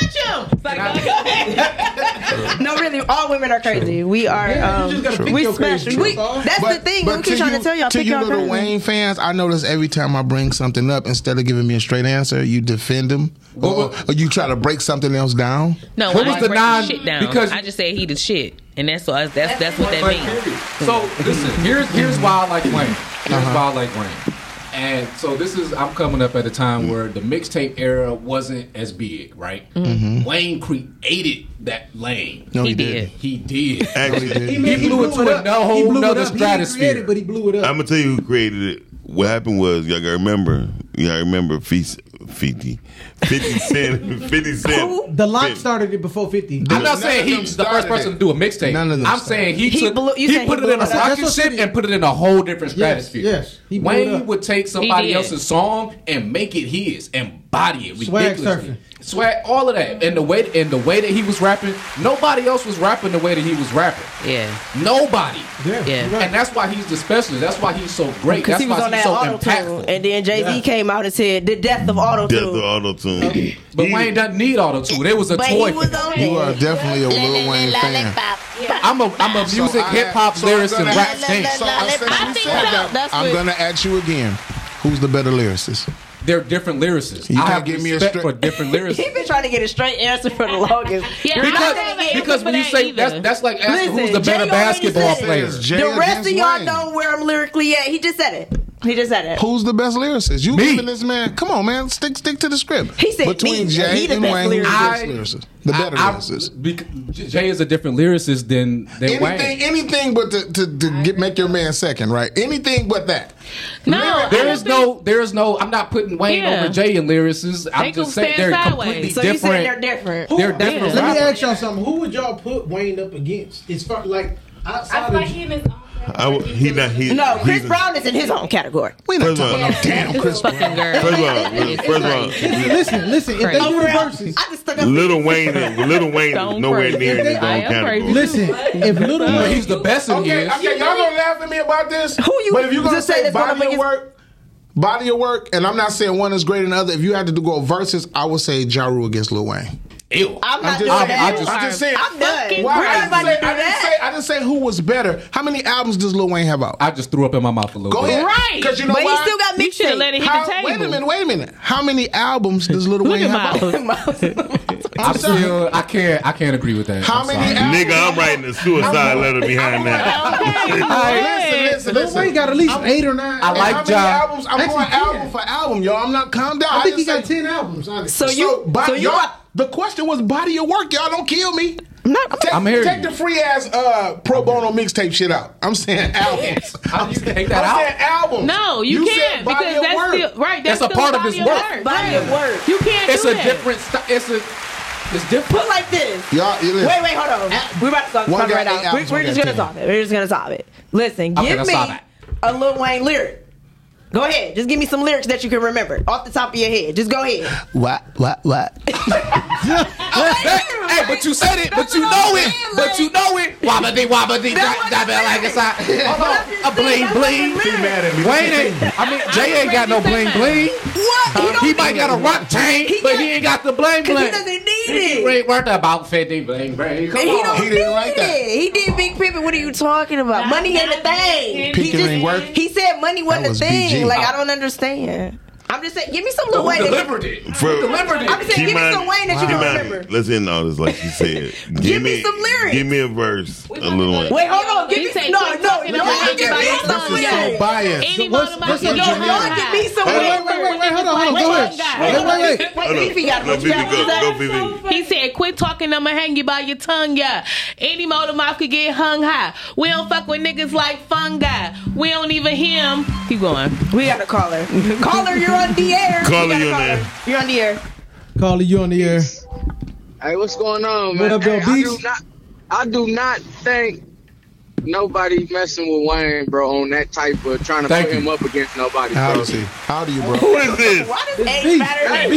E: No, really, all women are crazy. We are.
F: Yeah,
E: um,
F: you just gotta pick
E: we
F: your
E: special.
F: crazy.
E: We, that's the thing. We keep trying to tell y'all.
F: To
E: Pick
F: you
E: y'all
F: little
E: crazy.
F: Wayne fans, I notice every time I bring something up, instead of giving me a straight answer, you defend him, or, or you try to break something else down.
G: No,
F: what
G: I
F: was the
G: break
F: non?
G: shit down.
F: Because
G: I just said he the shit, and that's what I- that's that's what that
J: But-
G: means.
J: but period. So listen, here's here's why I like Wayne. Here's
F: Uh-huh.
J: why I like Wayne. And so this is I'm coming up at a time where the mixtape era wasn't as big, right? Mm-hmm.
F: Mhm.
J: Wayne created that lane.
F: No, he He did. did.
J: He did.
D: Actually, he did.
J: he,
D: He
J: blew it to a
H: He
J: whole
H: blew it
J: nother
H: up. He didn't
J: stratosphere.
H: create it, but he blew it up.
D: I'm gonna tell you who created it. What happened was y'all gotta remember. Y'all remember Feast, 50, 50 Cent, 50 Cent.
H: The lock started it before 50.
J: I'm not saying he's the first person to do a mixtape.
H: None of them
J: I'm
H: started
J: saying he
H: it. He
J: took,
H: blew- you
J: he
H: said he
J: put it
H: blew
J: in a
H: it up. That's
J: rocket
H: what
J: ship and put it in a whole different stratosphere.
H: yes. He blew it
J: Wayne
H: up.
J: would take
H: He
J: somebody
H: did.
J: else's song and make it his and body it
H: Swag
J: ridiculously. Swag, all of that, and the way and the way that he was rapping, nobody else was rapping the way that he was rapping.
G: Yeah,
J: nobody.
H: Yeah,
J: and that's why he's the specialist. That's why he's so great.
E: Because
J: That's
E: he was
J: why
E: on
J: he's
E: that
J: so
E: auto
J: impactful.
E: tune, and then Jay Z
J: Yeah.
E: came out and said, "The death of auto
D: Death
E: tune."
D: of auto tune.
J: But Wayne doesn't need auto tune. It was a
E: But he
J: toy.
E: was
J: for him.
E: on You it. are
F: definitely a Lil Wayne fan.
J: I'm a I'm a
F: So
J: music
F: I-
J: hip hop
F: so I'm
J: lyricist and
F: gonna
J: rap
F: ask-
J: fan.
F: so I said you said that. I'm gonna ask you again, who's the better lyricist?
J: they're different lyricists.
F: You
J: I
F: can't
J: have
F: give me a
J: respect
F: straight-
J: for different lyricists.
E: He's been trying to get a straight answer for the longest.
J: Yeah, Because- I didn't get because when you answer for say- that that's- either. that's like asking who's the better basketball player.
E: The rest of y'all know where I'm lyrically at. He just said it. He just said it.
F: Who's the best lyricist? You giving this man? Come on, man. Stick stick to the script.
E: He said
F: between
E: me.
F: Jay
E: He the
F: and
E: best
F: Wayne, who's
J: lyricist.
F: the best lyricist? The better lyricist.
J: Jay is a different lyricist than
F: Anything,
J: than Wayne.
F: anything but to, to, to get, make your man second, right? Anything but that.
J: No, there is no, there is no. I'm not putting Wayne
F: Yeah.
J: over Jay in lyricists.
F: They
J: I'm
F: can
J: just saying
F: stand
J: they're
F: sideways.
J: completely
F: So you
J: different.
F: saying
H: they're different.
J: They're
H: Let
J: different.
H: me
J: rappers.
H: ask y'all something. Who would y'all put Wayne up against? It's far, like outside of
D: I w- he not he.
E: No,
D: he's
E: Chris
D: a-
E: Brown is in his own category.
F: We
D: First of all, damn
E: Chris Brown.
D: First of all, first of all,
H: Listen, listen. If they were versus,
D: Little Wayne, is- Little Wayne is
H: Don't
D: nowhere
H: crazy.
D: near in his
H: I
D: own
H: am
D: category.
H: crazy. Listen, if Little
J: Well,
H: Wayne,
J: he's the best in
F: Okay,
J: his.
F: okay, y'all gonna laugh at me about this. Who you? But if you gonna
E: just say
F: say
E: that's gonna
F: body of work, body of work, and I'm not saying one is greater than the other. If you had to go versus, I would say Ja Rule against Lil Wayne.
J: Ew.
E: I'm not
F: just
E: doing
F: saying-
E: that.
F: I'm just- I'm just saying.
E: I'm done.
F: Why?
E: We're
F: I,
E: not about
F: didn't say,
E: to do
F: I, didn't
E: that.
F: say, I didn't say who was better. How many albums does Lil Wayne have out?
J: I just threw up in my mouth a little
F: Go
J: bit.
F: ahead.
E: Right.
F: Because you know
E: But he
F: why?
E: still got You mixtape. should've let it hit the
F: How-
E: table.
F: Wait a minute. Wait a minute. How many albums does Lil Wayne have out?
J: I'm still, I can't, I can't agree with that.
F: How
J: I'm
F: many
J: sorry.
F: albums?
D: Nigga, I'm writing a suicide letter behind that.
F: Listen, listen,
H: Lil
F: listen.
H: Wayne got at least eight or nine.
F: I like
H: How many
F: Ja.
H: albums? I'm
F: Actually,
H: going album
F: for album, y'all. I'm not calm down.
H: I think he
F: just
H: got ten albums. honestly.
F: So you, so you all the question was body of work. Y'all don't kill me. take,
J: I'm hearing
F: Take
J: you.
F: the free ass uh, pro bono mixtape shit out. I'm saying albums.
J: How do you take
F: I'm
J: that out?
F: saying albums.
G: No, you,
F: said
G: can't
F: body
G: because
F: of
G: that's
F: work.
G: still right. That's,
J: That's a
G: still
J: part of his work.
E: Body of work.
G: You can't.
J: It's
G: do
J: a
G: that.
J: different. St- it's a. It's different.
E: Put like this.
F: Y'all, you
E: Wait,
F: listen.
E: wait, hold on. We're about to solve this
F: One
E: problem
F: got
E: right
F: eight
E: now. We're,
F: albums,
E: we're
F: one
E: just
F: got
E: gonna
F: ten.
E: solve it. We're just gonna solve it. Listen,
F: Okay,
E: give
F: let's
E: me
F: solve it.
E: a Lil Wayne lyric. Go ahead. Just give me some lyrics that you can remember off the top of your head. Just go ahead.
F: What? What? What?
J: hey, but you said it, but you know it, but you know it. Wabba dee wabba dee, drop drop it like it's hot. Hold on, a bling bling.
F: mad at me.
J: Wayne ain't. I mean, Jay ain't got no bling bling. What? He might got a rock chain, but he ain't got the bling bling. He doesn't need it. He ain't worth about fifty bling bling. Come
E: he
J: on.
E: don't need it. He did big pimping. What are you talking about? money ain't a thing.
F: Pimping
E: he just-
F: ain't work?
E: He said money wasn't
F: That
E: a
F: was
E: thing.
F: BG.
E: Like I don't understand. I'm just saying, give me some Lil
J: Who
E: Wayne. that-
J: delivered it?
D: For-
E: Who delivered it? I'm just saying, give me some Wayne that you
D: keep
E: can
D: mind-
E: remember.
D: Let's end all this like you said. give,
E: me some lyrics.
D: Give me a verse, a little one.
E: Wait, hold on. Give
G: He
E: me
G: said
E: some. No,
G: quit
E: no,
G: talking
E: no.
G: about
E: Give me
G: anybody
E: some.
G: else's
E: lyrics.
G: lyrics.
F: biased.
G: Any
F: What's-
G: bottom
F: what's
G: line,
F: the
G: y'all
F: generic?
G: y'all give me some
F: Wait, wait,
G: work.
F: wait, wait, wait, hold on, hold on,
G: Wait,
F: go
G: one
F: ahead.
G: guy.
F: Wait, wait, wait.
G: Wait,
D: Hold on.
G: Fifi got
D: No,
G: what you
D: Fifi,
G: got
D: go.
G: to say.
D: Go, Fifi.
G: He said, "Quit talking, I'ma hang you by your tongue, yeah. Any motor mouth could get hung high. We don't fuck with niggas like fungi. We don't even him. Keep going.
E: We got a caller. caller, you're on the air.
H: Caller,
E: We got a
H: you're on the air.
E: You're on the air.
H: Carly, you on the air?
S: Hey, what's going on,
H: What
S: man?
H: up, though,
S: Hey, I do
H: Beast?
S: not, I do not think nobody messing with Wayne, bro, on that type of trying to
F: Thank
S: put
F: you.
S: him up against nobody.
F: How
S: bro.
F: is he? How do you, bro?
D: Who is this?
E: Why does age matter?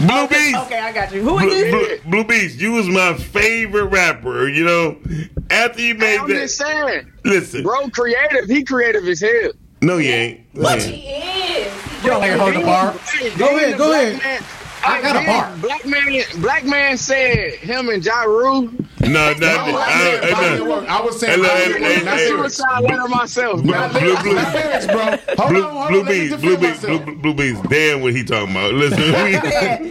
D: Blue Beast.
E: Okay, I got you. Who is
D: Blue,
E: this?
D: Blue, Blue Beast, you was my favorite rapper. You know, after you made
S: I'm
D: that,
S: just saying,
D: listen.
S: bro, creative. He creative as hell.
D: No, you ain't.
S: What?
D: Yeah.
J: Y'all ain't heard the bar.
S: Being
J: Go ahead,
S: the
J: go
S: black
J: ahead.
S: man-
J: I got a
S: being
J: bar.
S: Black man, black man said him and Ja Rule.
D: No, no, no. I, I,
F: Body
D: no.
F: of work. I was
D: Hey,
F: saying
D: look,
F: body
D: hey,
F: of work,
D: hey,
F: not
D: hey.
F: lyrics.
S: Suicide letter myself.
D: Blue,
S: bro.
D: blue, blue,
F: Not lyrics, bro. Hold
D: blue,
F: on, hold
D: blue
F: on. Let me
D: bees,
F: defend
D: blue bees,
F: myself.
D: blue, blue bees. Damn, what he talking about? Listen,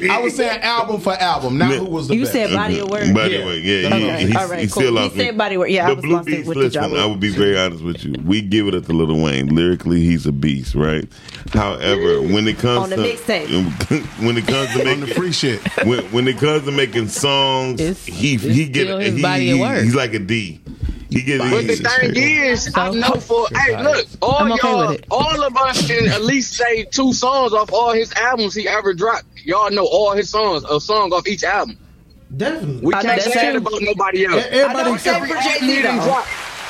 D: we-
F: I was saying album for album, not who was the
E: You
F: best.
E: said body of work.
D: By the way, yeah, he,
E: Okay.
D: he's,
E: All right,
D: he's
E: cool.
D: still
E: He
D: off.
E: said
D: me.
E: body work. Yeah, I
D: but
E: was
D: Blue
E: lost it
D: Beast,
E: with the
D: listen,
E: Ja Rule.
D: I will be very honest with you. We give it up to Little Wayne. Lyrically, he's a beast, right? However, when it comes
E: On the
D: to
E: mixtape.
D: when it comes to making
F: the free shit,
D: when, when it comes to making songs, he he
G: it's
D: get
G: still his
D: he,
G: body of
D: he-
G: work.
D: he's like a D. He gets
S: But the thing is, I know for hey, look, all
G: I'm okay with
S: y'all,
G: it.
S: all of us can at least say two songs off all his albums he ever dropped. Y'all know all his songs, a song off each album.
H: Definitely.
S: We can't say that about nobody else.
H: E- everybody
S: I know
H: except
S: every
H: for
S: album
H: Jay-Z
S: he done
H: though.
S: dropped.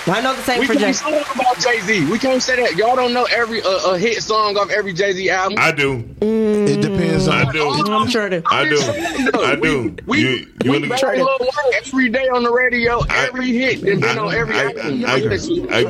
E: I know the same
S: we
E: for Jay.
S: can't say that about Jay Z. We can't say that. Y'all don't know every uh, a hit song off every Jay Z album.
D: I do.
F: It depends on.
D: I do.
E: I'm sure it is.
D: I do. I do.
S: We-
D: you, you
S: we
D: wanna-
S: battle Lil Wayne every day on the radio, every hit, and been on every
D: I,
S: album.
D: I, I, I,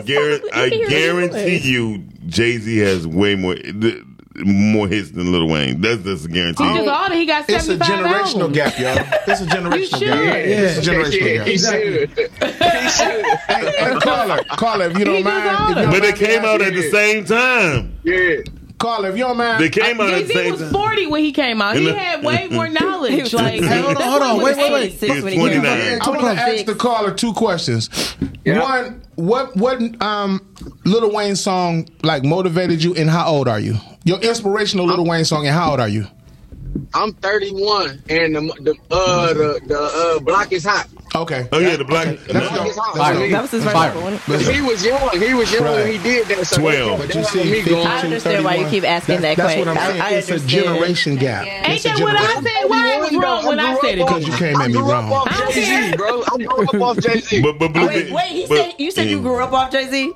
D: guar- I guarantee you, Jay Z has way more th- more hits than Lil Wayne. That's that's a guarantee.
G: He just all he got
F: It's a
G: 75
F: generational
G: albums.
F: gap, y'all. It's a generational gap.
G: should.
F: It's a generational gap. Hey, hey, caller, caller, if you don't
G: He just
F: mind. if you
G: older.
F: don't
D: but
F: mind
D: it
F: me
D: came out at
F: asking-
D: the same time.
S: Yeah.
F: Carla, if you don't mind,
D: They came out at the
G: He
D: same
G: was
D: time.
G: 40 when he came out.
D: And
G: He
D: the-
G: had way more knowledge. Like,
F: Hey, hold on, hold on, wait, wait, wait.
D: He was 29.
F: I want to ask the caller two questions. One, what what um Little Wayne song like motivated you, and how old are you? Your inspirational Little Wayne song, and how old are you?
J: I'm 31, and the the uh, the, the uh, block is hot.
F: Okay.
D: Oh yeah, the black.
J: That's
D: no.
J: his house. Viral. That was his Viral. verse, wasn't it? Listen. He was young. He was young when he did that, so
F: Twelve.
J: that- But you that see, had me going. 15,
E: I understand why you keep asking
F: That's-
E: that
F: That's what I'm
E: question.
F: saying.
E: I- I
F: it's a
E: understand.
F: generation gap.
E: Yeah.
F: It's a
E: Ain't that what I
F: generation-
E: said? Why I was wrong when I said it?
F: Because you came at me wrong.
J: Jay Z, bro. I grew up off Jay Z.
D: But but
E: Wait, wait. He said you said you grew up off Jay Z.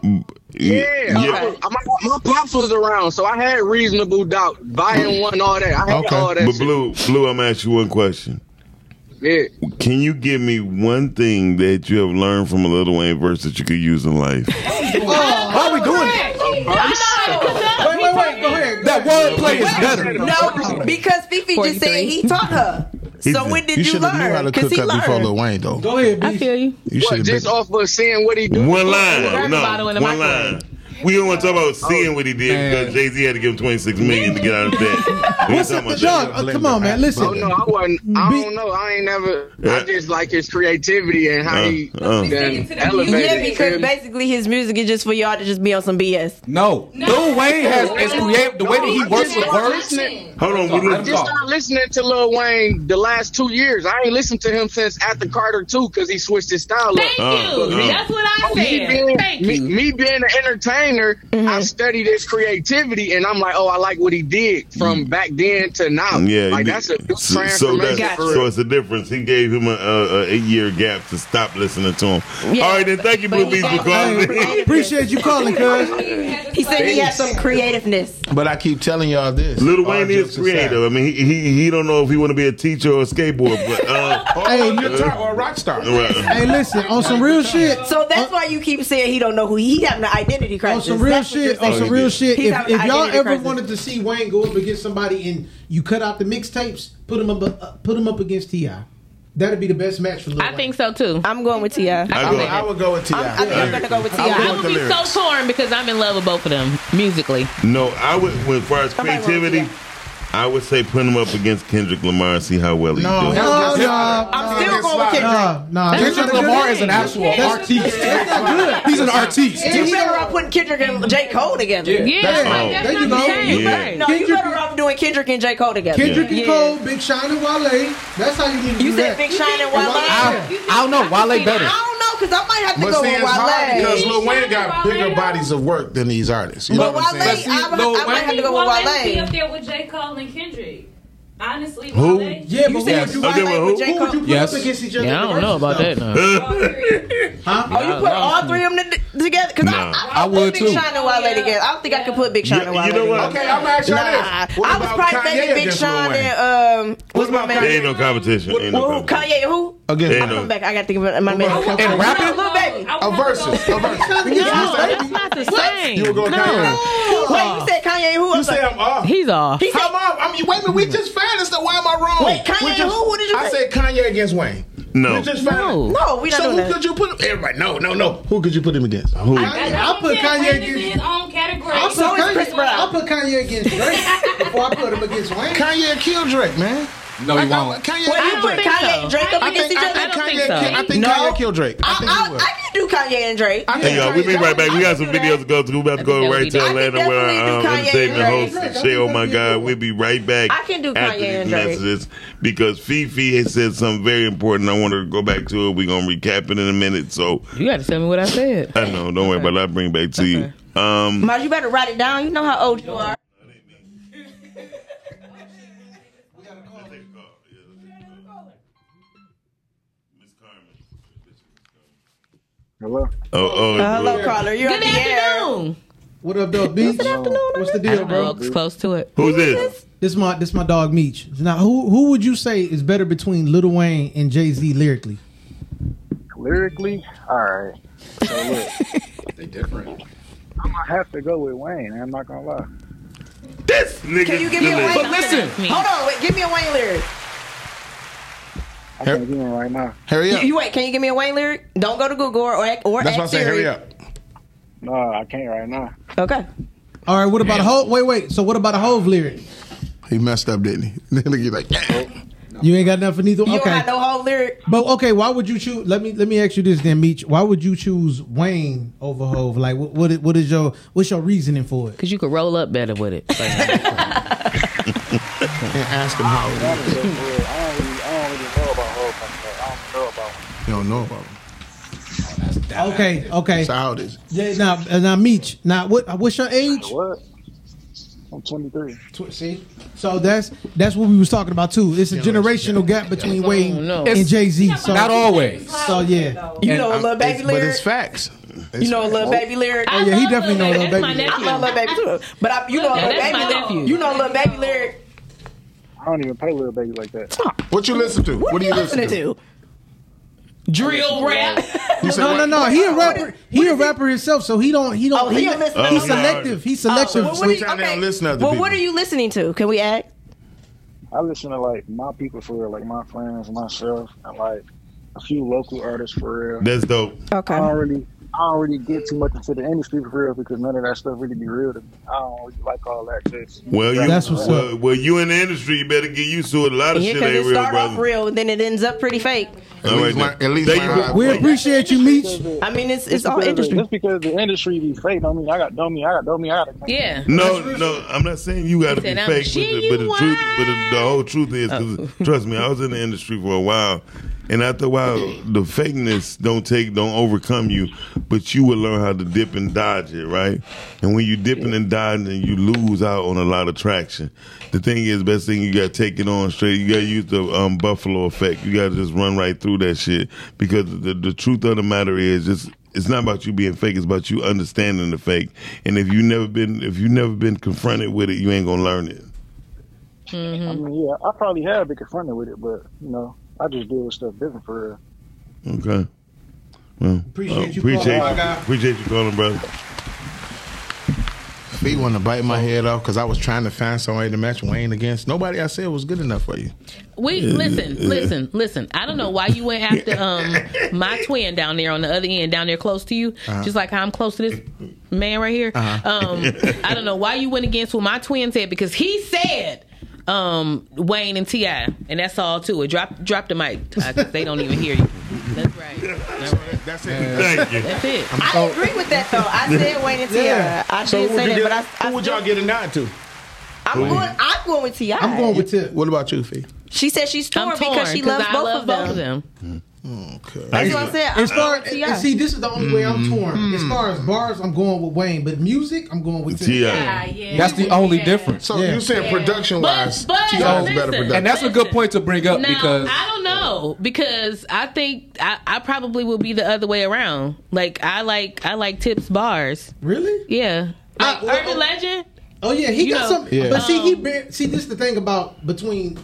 J: Yeah,
E: Yeah.
J: I- My, my pops was around, so I had reasonable doubt.
D: Mm.
J: Buying one, all that. I had all that.
D: But blue, blue, I'm gonna ask you one question.
J: Yeah.
D: Can you give me one thing that you have learned from a Little Wayne verse that you could use in life?
E: Oh,
B: Why are we doing this?
H: Wait, wait, wait. Go ahead.
B: That wordplay is better.
E: No, because Fifi just said he taught her. So when did you,
F: should have knew how
E: learn?
F: to
E: 'Cause
F: cook
E: he
F: up
E: learned.
F: before Lil Wayne, though. Go
H: ahead,
E: I feel you.
F: You
J: What,
F: should have
J: just off of seeing what he do? Grab
D: One line,
J: the bottle
D: no,
J: in the
D: one
J: microwave.
D: line. We don't want to talk about
J: Oh.
D: seeing what he did because Jay Z had to give him 26 million to get out of debt. We
H: What's
D: talking
H: up,
D: about
H: Doug?
D: that.
H: Uh, come on, man, listen.
J: Oh, no, I wasn't. I don't know. I ain't never. I just like his creativity and how he
D: Uh, uh.
J: then elevated.
E: Yeah,
J: it.
E: because basically his music is just for y'all to just be on some BS.
T: No, Lil Wayne has is creative. The way that he
J: I
T: works
J: just
T: with
J: started
T: words.
J: listening-
D: Hold on, we
J: I just started listening to Lil Wayne the last two years. I ain't listened to him since after Carter 2 because he switched his style
G: Thank
J: up.
G: you.
J: But me-
G: That's what I
J: me
G: said.
J: being,
G: Thank
J: me,
G: you.
J: me being an entertainer, I studied his creativity, and I'm like, oh, I like what he did from back then to now.
D: Mm. Yeah,
J: like
D: you-
J: that's a big
D: so, so,
J: transformation.
D: that's-
J: for
D: so
J: real.
D: it's a difference. He gave him a, a, a eight year gap to stop listening to him. All right, then thank you, Blue Bees, for calling.
H: Appreciate you calling, cuz.
E: He said he had some creativeness.
F: But I keep telling y'all this.
D: Little
F: All
D: Wayne
F: jokes
D: is
F: aside.
D: creative. I mean, he, he he don't know if he want to be a teacher or a skateboard, but uh,
F: Hey, you're top or a rock star.
H: Hey, listen, on some real shit.
E: So that's why you keep saying he don't know who he, he having an identity
H: On
E: crisis.
H: some real
E: That's what you're
H: shit, on
E: saying.
H: some real shit.
E: He's
H: If,
E: having
H: if
E: an
H: y'all
E: identity
H: ever
E: crisis.
H: wanted to see Wayne go up against somebody and you cut out the mixtapes, put him up, uh, put him up against Ti. That'd be the best match for Lil
G: I think so too.
E: I'm going with Ti. I,
H: I would- I would go with T.I.
E: I'm, I'm gonna go with Ti.
G: I would be so torn because I'm in love with both of them musically.
D: no, I would. When far as
G: Somebody wanna
D: creativity, I would say put him up against Kendrick Lamar and see how well he
H: No,
D: does.
H: no, no. I'm
E: still going with Kendrick.
H: No, no.
T: Kendrick
H: that's not a
T: Lamar
H: good
T: is an
H: thing.
T: actual
H: That's-
T: artiste.
H: that's not good.
T: He's an artiste.
E: You better off putting Kendrick and J. Cole together.
T: Yeah, Yeah, that's
H: like, that's There you what I'm go. saying.
E: You
H: Yeah.
E: better- No, you
H: Kendrick-
E: better off doing Kendrick and J. Cole together.
H: Kendrick
E: Yeah.
H: and Cole, Big Sean and Wale. That's how you need to
E: You
H: do
E: said
H: that.
E: Big Sean and Wale.
T: I, I don't know. Wale better.
E: I don't know, because I might have to
F: But
E: go
F: see,
E: with
F: it's hard because
E: Wale.
F: Lil Wayne got bigger bodies of work than these artists. You
E: But
F: know
E: Wale,
F: what I'm saying?
E: I, I, I might have to go with
Q: Wale would be
E: Wale.
Q: up there with J. Cole and Kendrick. Honestly,
D: Who?
Q: Wale.
H: Yeah, but
E: You
H: who
E: said
H: would
E: you
H: you,
E: Wale
D: well,
E: with
D: who-
E: J.
H: who would you
E: Cole.
H: put
T: Yes.
H: up against each other?
G: Yeah, I don't know about that. No.
H: Huh?
E: Oh, you put all three of them to- together? Because
D: Nah.
E: I,
T: I
E: I,
T: would
E: would put
T: too.
E: Big Sean and Wale together. I don't think I could put Big Sean
D: You-
E: and
D: you
E: Wale
D: know what?
E: together.
F: Okay, I'm asking you
E: Nah,
F: this. What
E: I was
F: about
E: probably
F: Kanye
E: thinking Big
F: against Lil
E: Sean
F: Wayne?
E: and um, what's my
D: There ain't
E: man?
D: no competition. Ain't no
E: Well, who?
D: competition.
E: Kanye and who?
F: Against
D: Ain't
E: I'm
D: no-
E: coming back. I got to think about my man.
F: about
T: And rapping?
E: Little
Q: I
E: baby.
F: A
Q: would have to
F: versus.
Q: go-
F: A versus.
G: No, that's not the same.
F: You were going
G: no.
F: Kanye.
E: Wait, you said Kanye who?
F: You
E: I'm
F: say
E: like,
F: I'm off.
G: He's off.
E: he said
F: I'm off. I mean, wait a minute. We just found this. So why am I wrong?
E: Wait, Kanye
F: We
E: and
F: just-
E: who? What did you
F: I
E: say?
F: said Kanye against Wayne.
D: No.
F: We just found
G: No.
E: no, we not
F: So
E: doing
F: who
E: that.
F: could you put him? Everybody, no, no, no. Who could you put him against?
D: Who?
H: I put Kanye against.
Q: his own category.
H: I put
E: So is Chris
H: Kanye-
E: Brown.
H: I put Kanye against Drake before I put him against Wayne.
F: Kanye killed Drake, man.
T: No,
F: I
T: he
F: thought
T: won't.
F: Kanye.
E: Well, you
G: don't
E: put
G: think
E: Kanye
G: so.
E: and Drake up
G: I
E: against
G: think-
E: each
G: I
E: other?
G: don't
F: Kanye
G: think so.
F: ki- I think
E: No.
F: Kanye killed Drake. I think
E: I,
F: he
E: I,
F: would.
E: I can do Kanye and Drake.
F: I
D: Hey
F: think
D: y'all, we be
F: Kanye-
D: right back. We got some videos to go through. We about to go right to
G: I
E: can
D: Atlanta where
E: definitely
D: our um,
E: do Kanye
D: entertainment
E: and Drake.
D: host say, "Oh my God, we'll be right back."
E: I can do Kanye
D: after these
E: and Drake.
D: messages because Fifi has said something very important. I wanted to go back to it. We're gonna recap it in a minute. So
G: You got to tell me what I said.
D: I know, don't worry about it. I'll bring it back to you. Um,
E: Maj, you better write it down. You know how old you are.
J: Hello.
D: oh, oh,
E: Uh, hello,
D: look.
E: caller. You're
G: Good
E: on the air.
G: afternoon.
H: What up, though, Beach? What's the
G: I
H: deal,
G: don't know.
H: bro?
G: It's close to it.
D: who's this?
H: This my this my dog Meech. Now, who who would you say is better between Lil Wayne and Jay Z lyrically?
U: Lyrically, all right. So look,
T: They different.
U: I'm gonna have to go with Wayne. I'm not gonna lie.
D: This nigga.
E: Can you give me a Wayne?
T: But listen,
E: Hold on. Wait, give me a Wayne lyric.
U: I can't do it right now.
F: Hurry
E: You,
F: up.
E: you wait. Can you give me a Wayne lyric? Don't go to Google or or, or ask
F: That's why I say
E: Siri.
F: hurry up.
U: No, I can't right now.
E: Okay.
H: All right, what about a whole? Wait, wait. So what about a Hove lyric?
F: He messed up, didn't he? Then he like,
H: You ain't got nothing either.
E: You
H: okay.
E: don't have no whole lyric.
H: But okay, why would you choose? Let me let me ask you this then, Meech. Why would you choose Wayne over Hove? Like, what what is, what is your what's your reasoning for it?
G: Because you could roll up better with it.
F: and ask him how.
U: That is so weird. I don't really, I don't really know about whole I don't know about
F: You don't know about him.
H: Okay, okay.
F: So how it is?
H: Yeah, now uh, now Meech. Now what uh, what's your age?
U: What? I'm 23.
H: see? So that's that's what we was talking about too. It's a generational gap between Wayne
U: no.
H: and
U: It's-
H: Jay Z. So
F: Not always.
H: So yeah,
E: You know a little baby
F: But
E: lyric.
F: it's facts.
E: You know a little baby lyric.
H: Oh, yeah, he definitely know a little baby. lyric.
E: I love little baby too. But I, you know
G: Look,
E: a little
G: that's my
E: baby
G: nephew.
E: lyric. You know a little baby lyric.
U: I don't even play little baby like that.
F: What you listen to? What, do you listen to?
G: Drill rap.
H: no, no, no. He a rapper. He a rapper himself, so he don't. He don't. Oh,
E: he
H: he
E: don't listen
H: he's
F: to no
H: selective.
F: artists.
H: He's selective.
F: well, what do you- Sometimes they don't okay. listen to other
E: Well,
F: people.
E: what are you listening to? Can we ask?
U: I listen to like my people for real, like my friends, myself, and like a few local artists for real.
D: That's dope.
E: Okay.
U: I don't really, I don't really get too much into the industry for real because none of that stuff really be real to me. I don't really like all that. Just
D: Well, you,
H: That's what's
D: well, well, you in the industry, you better get used to it. A lot of
E: Yeah,
D: shit
E: because it
D: ain't real,
E: start off
D: brother.
E: real, then it ends up pretty fake.
D: All right, then. Thank you for-
H: We appreciate you, Meech.
E: I mean, it's
U: Just
E: it's all
U: because the-
E: industry.
U: Just because the industry be fake, don't mean I got don't mean I got don't mean I got.
G: Yeah.
D: No, no, I'm not saying you got to be
G: Said I'm
D: fake, but the, but the truth, but the, the whole truth is, 'cause trust me, I was in the industry for a while, and after a while, the fakeness don't take, don't overcome you, but you will learn how to dip and dodge it, right? And when you dipping and dodging, you lose out on a lot of traction. The thing is, best thing you got to take it on straight. You got to use the um, buffalo effect. You got to just run right through that shit because the the truth of the matter is, just it's not about you being fake. It's about you understanding the fake. And if you never been, if you never been confronted with it, you ain't gonna learn it.
U: I mean, yeah, I probably have been confronted with it, but you know, I just deal with stuff different for real.
D: Okay. Well, uh,
U: Appreciate you
D: appreciate
U: calling, my
D: you,
U: guy.
D: appreciate you calling, brother.
F: He wanted to bite my head off because I was trying to find somebody to match Wayne against. Nobody I said was good enough for you.
G: We
F: Yeah.
G: listen, listen, listen. I don't know why you went after um my twin down there on the other end, down there close to you,
F: Uh-huh.
G: just like how I'm close to this man right here.
F: Uh-huh.
G: Um, I don't know why you went against what my twin said because he said um Wayne and Ti, and that's all too. Drop, drop the mic. Ty, 'cause they don't even hear you. That's right. That's,
F: it.
D: Thank you.
G: That's it.
F: Oh,
E: I agree with that though. I said Wayne and Ti. I
F: So
E: did
F: who would
E: say
F: you
E: that,
F: get-
E: but I,
F: who would y'all get it out to?
E: I'm
F: Wayne.
E: going. I'm going with Ti.
F: I'm going with Tip. What about you, Fee?
E: She said she's torn,
G: I'm torn
E: because she
G: 'cause
E: loves
G: I
E: both
G: love
E: of
G: both
E: them.
G: of them.
F: Okay.
H: That's
E: what I said.
H: As far
E: I'm going
H: and
E: with
H: see, this is the only way
G: Mm-hmm.
H: I'm torn. As far as bars, I'm going with Wayne, but music, I'm going with T.I.
J: That's the only difference.
F: So you said production wise,
G: But- but
F: T.I. was
G: listen,
F: better production.
J: and that's a good point to bring up
G: Now,
J: because
G: I don't know because I think I, I probably will be the other way around. Like I like I like Tips bars.
H: Really?
G: Yeah. Like,
H: well,
G: Uh, Urban Legend.
H: Oh yeah, he
G: You
H: got
G: know, Um,
H: some. But see, he bar- see this is the thing about between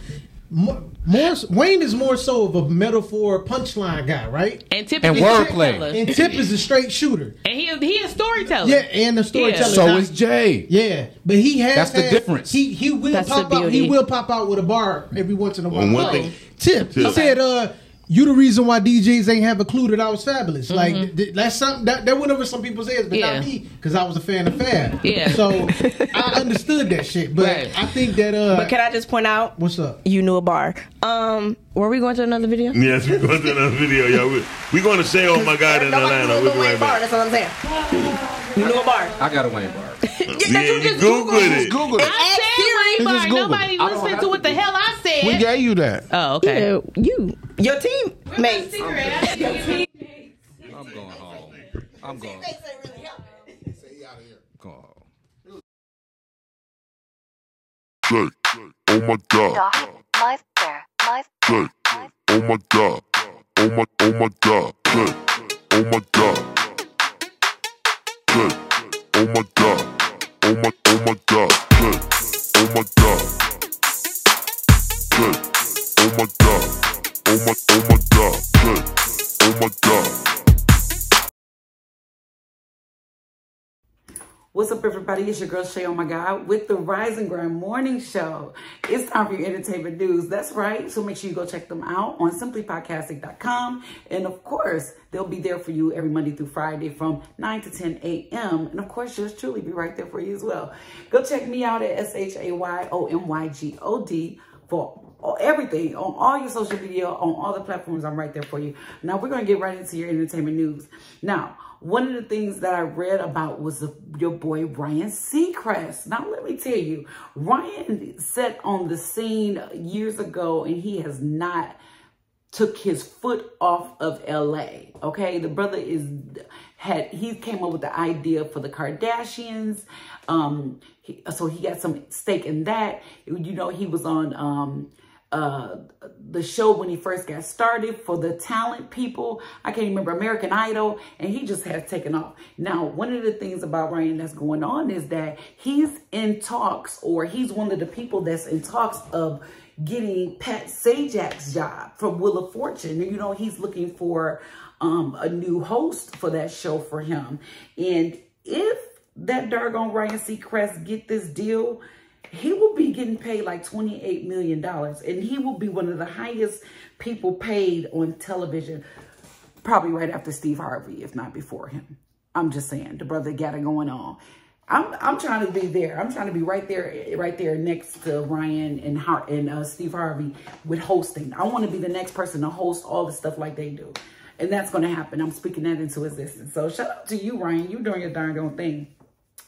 H: more, more Wayne is more so of a metaphor punchline guy, right?
G: And Tip And is a wordplay. storyteller.
H: And Tip is a straight shooter.
G: And he is- he a storyteller.
H: Yeah, and the storyteller.
J: so
H: Now,
J: is Jay.
H: Yeah, but he has.
J: That's the
H: had-
J: difference.
H: He he will
J: That's
H: pop
J: the
H: out. He
J: beauty.
H: will pop out with a bar every once in a while.
D: Well, one
H: Like,
D: thing-
H: Tip, he
D: Tip.
H: said, "Uh, you the reason why DJs ain't have a clue that I was
E: Mm-hmm.
H: fabulous. Like th- th- that's something that that went over some people's heads, but
G: Yeah.
H: not me because I was a fan of Fab.
G: Yeah.
H: so I understood that shit. But
E: Right.
H: I think that uh,
E: But can I just point out?
H: What's up?
E: You knew a bar. Um, were we going to another video?
D: Yes, we're going to another video, y'all. We're, we're going to say, oh my God, in Atlanta. We'll be right
E: Bar. That's
D: back.
E: what I'm saying. You knew a bar.
J: I got a Wayne bar.
D: Yeah, you Google it.
F: Google
G: I
F: He
G: said Wayne
F: just
G: Bar.
F: Googled.
G: Nobody
F: I don't
G: listened
F: have
G: to what the hell I said.
F: We gave you that.
G: Oh, okay.
E: you, your team mate.
J: I'm going home. I'm going. Go home.
C: Jay, oh my god,
V: My there, my
C: Jay, oh my god, oh my, oh my god, Jay, oh my god, Jay, oh my god, oh my, oh my god, Jay, oh my god, Jay, oh my god, oh my, oh my god, Jay, oh my god.
W: What's up, everybody? It's your girl Shay. Oh my God, with the Rise and Grind Morning Show. It's time for your entertainment news. That's right. So make sure you go check them out on simplypodcasting.com, and of course, they'll be there for you every Monday through Friday from 9 to 10 a.m. And of course, yours truly be right there for you as well. Go check me out at S H A Y O M Y G O D for all- everything on all your social media, on all the platforms. I'm right there for you. Now we're gonna get right into your entertainment news. Now, one of the things that I read about was the, your boy Ryan Seacrest. Now let me tell you, Ryan set on the scene years ago, and he has not took his foot off of LA. Okay, the brother is had he came up with the idea for the Kardashians. Um, he, so he got some stake in that. You know, he was on um uh the show when he first got started for the talent people i can't remember american idol and he just has taken off now one of the things about ryan that's going on is that he's in talks or he's one of the people that's in talks of getting Pat Sajak's job from Wheel of Fortune. You know, he's looking for um, a new host for that show for him. And if that darn Ryan Seacrest get this deal, he will be getting paid like $28 million. And he will be one of the highest people paid on television, probably right after Steve Harvey, if not before him. I'm just saying, the brother got it going on. I'm I'm trying to be there. I'm trying to be right there, right there next to Ryan and Har- and uh, Steve Harvey with hosting. I want to be the next person to host all the stuff like they do, and that's going to happen. I'm speaking that into existence. So shout out to you, Ryan. You doing your darn own thing.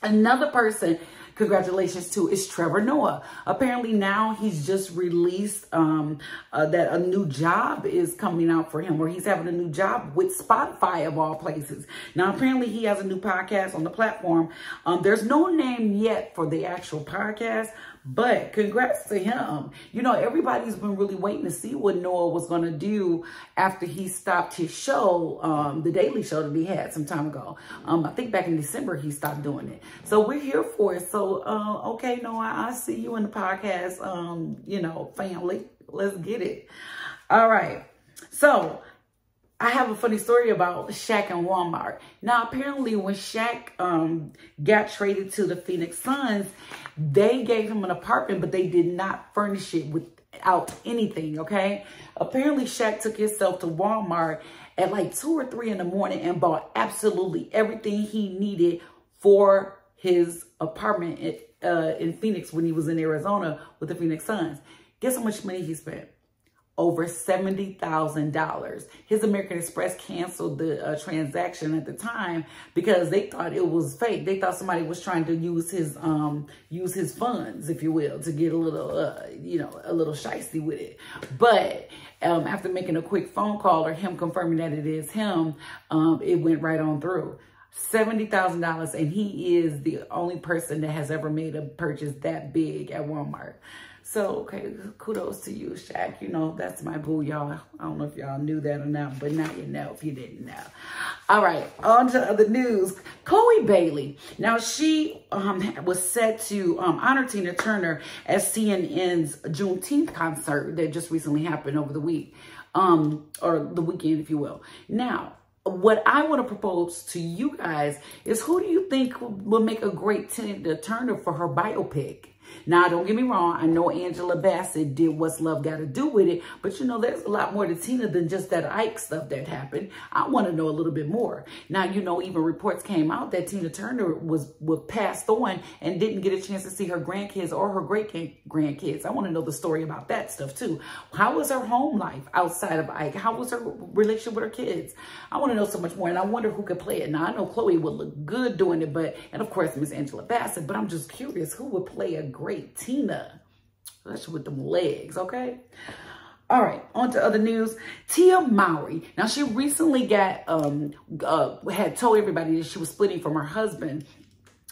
W: Another person, congratulations to, is Trevor Noah. Apparently now he's just released um, uh, that a new job is coming out for him, or he's having a new job with Spotify of all places. Now apparently he has a new podcast on the platform. Um, there's no name yet for the actual podcast, but congrats to him. You know, everybody's been really waiting to see what Noah was going to do after he stopped his show, um, the Daily Show that he had some time ago. Um, I think back in December he stopped doing it. So we're here for it. So, uh, okay, Noah, I see you in the podcast, um, you know, family. Let's get it. All right. So, I have a funny story about Shaq and Walmart. Now, apparently, when Shaq um, got traded to the Phoenix Suns, they gave him an apartment, but they did not furnish it without anything, okay? Apparently, Shaq took himself to Walmart at like 2 or 3 in the morning and bought absolutely everything he needed for his apartment in, uh, in Phoenix when he was in Arizona with the Phoenix Suns. Guess how much money he spent? over $70,000. His American Express canceled the uh, transaction at the time because they thought it was fake. They thought somebody was trying to use his um use his funds, if you will, to get a little uh, you know, a little shisty with it. But um, after making a quick phone call or him confirming that it is him, um, it went right on through. $70,000 and he is the only person that has ever made a purchase that big at Walmart. So, okay, kudos to you, Shaq. You know, that's my boo, y'all. I don't know if y'all knew that or not, but now you know if you didn't know. All right, on to other news. Chloe Bailey. Now, she um, was set to um, honor Tina Turner at CNN's Juneteenth concert that just recently happened over the week, um, or the weekend, if you will. Now, what I want to propose to you guys is who do you think will make a great Tina Turner for her biopic? Now, don't get me wrong. I know Angela Bassett did What's Love Got to Do with It, but you know, there's a lot more to Tina than just that Ike stuff that happened. I want to know a little bit more. Now, you know, even reports came out that Tina Turner was, was passed on and didn't get a chance to see her grandkids or her great grand- grandkids. I want to know the story about that stuff too. How was her home life outside of Ike? How was her relationship with her kids? I want to know so much more, and I wonder who could play it. Now, I know Chloe would look good doing it, but, and of course, Miss Angela Bassett, but I'm just curious who would play a great Tina. That's with them legs, okay? All right, on to other news. Tia Mowry. Now she recently got um uh, had told everybody that she was splitting from her husband.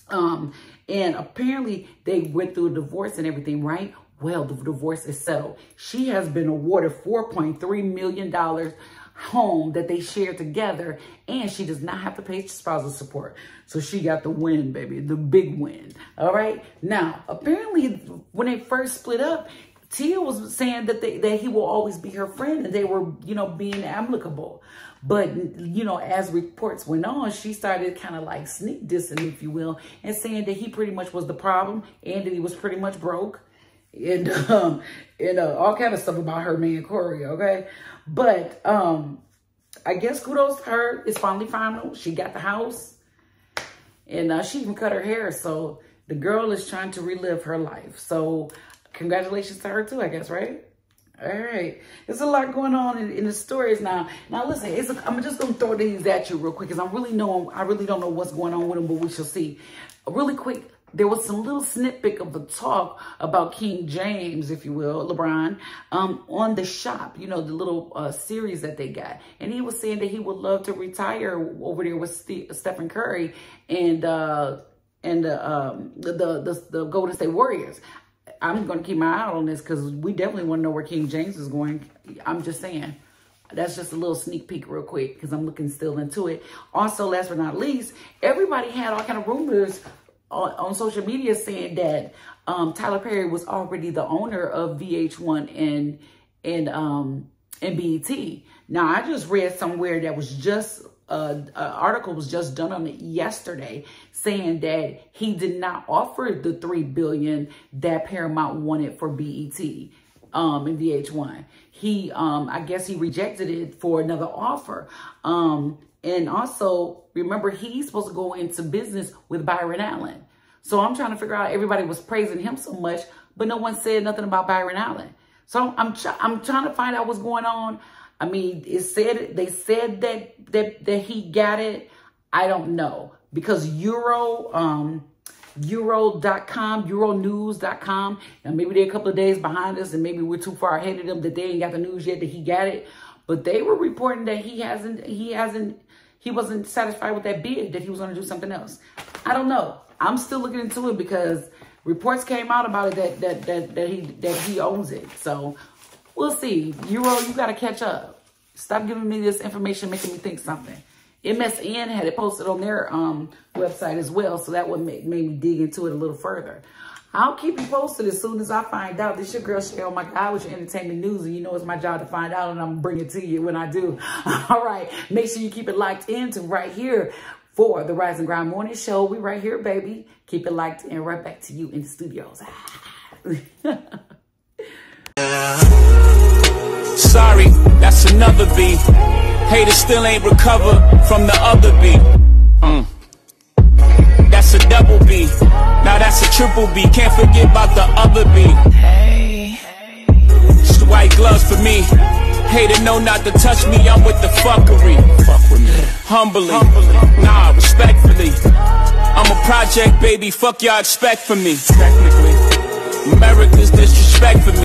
W: Um, and apparently they went through a divorce and everything, right? Well, the divorce is settled. She has been awarded $4.3 million home that they share together, and she does not have to pay spousal support. So she got the win, baby, the big win. All right. Now, apparently, when they first split up, Tia was saying that they, that he will always be her friend, and they were you know being amicable. But you know, as reports went on, she started kind of like sneak dissing, if you will, and saying that he pretty much was the problem, and that he was pretty much broke, and um, and uh, all kind of stuff about her man Corey. Okay, but um, I guess kudos to her. It's finally final. She got the house. And uh, she even cut her hair. So the girl is trying to relive her life. So congratulations to her too, I guess, right? All right. There's a lot going on in, in the stories now. Now listen, it's a, I'm just gonna throw these at you real quick because I really know I really don't know what's going on with them, but we shall see. Really quick, there was some little snippet of the talk about King James, if you will, LeBron, um, on the shop, you know, the little uh, series that they got. And he was saying that he would love to retire over there with Ste Stephen Curry and uh, and the, um, the, the, the, the Golden State Warriors. I'm going to keep my eye out on this because we definitely want to know where King James is going. I'm just saying. That's just a little sneak peek real quick because I'm looking still into it. Also, last but not least, everybody had all kind of rumors on, on social media saying that um, Tyler Perry was already the owner of VH1 and and um, and BET. Now I just read somewhere that was just uh, an article was just done on it yesterday saying that he did not offer the three billion that Paramount wanted for BET um, and VH1. He, um, I guess, he rejected it for another offer. Um, and also, remember, he's supposed to go into business with Byron Allen. So I'm trying to figure out everybody was praising him so much, but no one said nothing about Byron Allen. So I'm I'm, try- I'm trying to find out what's going on. I mean, it said they said that that that he got it. I don't know because Euro um Euro.com, Euronews.com, and maybe they're a couple of days behind us, and maybe we're too far ahead of them that they ain't got the news yet that he got it. But they were reporting that he hasn't he hasn't he wasn't satisfied with that bid that he was going to do something else. I don't know. I'm still looking into it because reports came out about it that that that that he that he owns it. So we'll see. Euro, you got to catch up. Stop giving me this information, making me think something. MSN had it posted on their um, website as well, so that would make, made me dig into it a little further. I'll keep you posted as soon as I find out. This your girl Cheryl my God with your entertainment news, and you know it's my job to find out, and I'm gonna bring it to you when I do. All right, make sure you keep it locked in to right here for the Rise and Grind Morning Show. We right here, baby. Keep it locked in. Right back to you in the studios.
X: Sorry, that's another beat. Haters still ain't recovered from the other beat. Mm. That's a double B. Now that's a triple B. Can't forget about the other B. Hey. It's the white gloves for me. Hater know not to touch me. I'm with the fuckery. Fuck with me. Humbly. Nah, respectfully. I'm a project, baby. Fuck y'all expect from me. Technically. America's disrespect for me.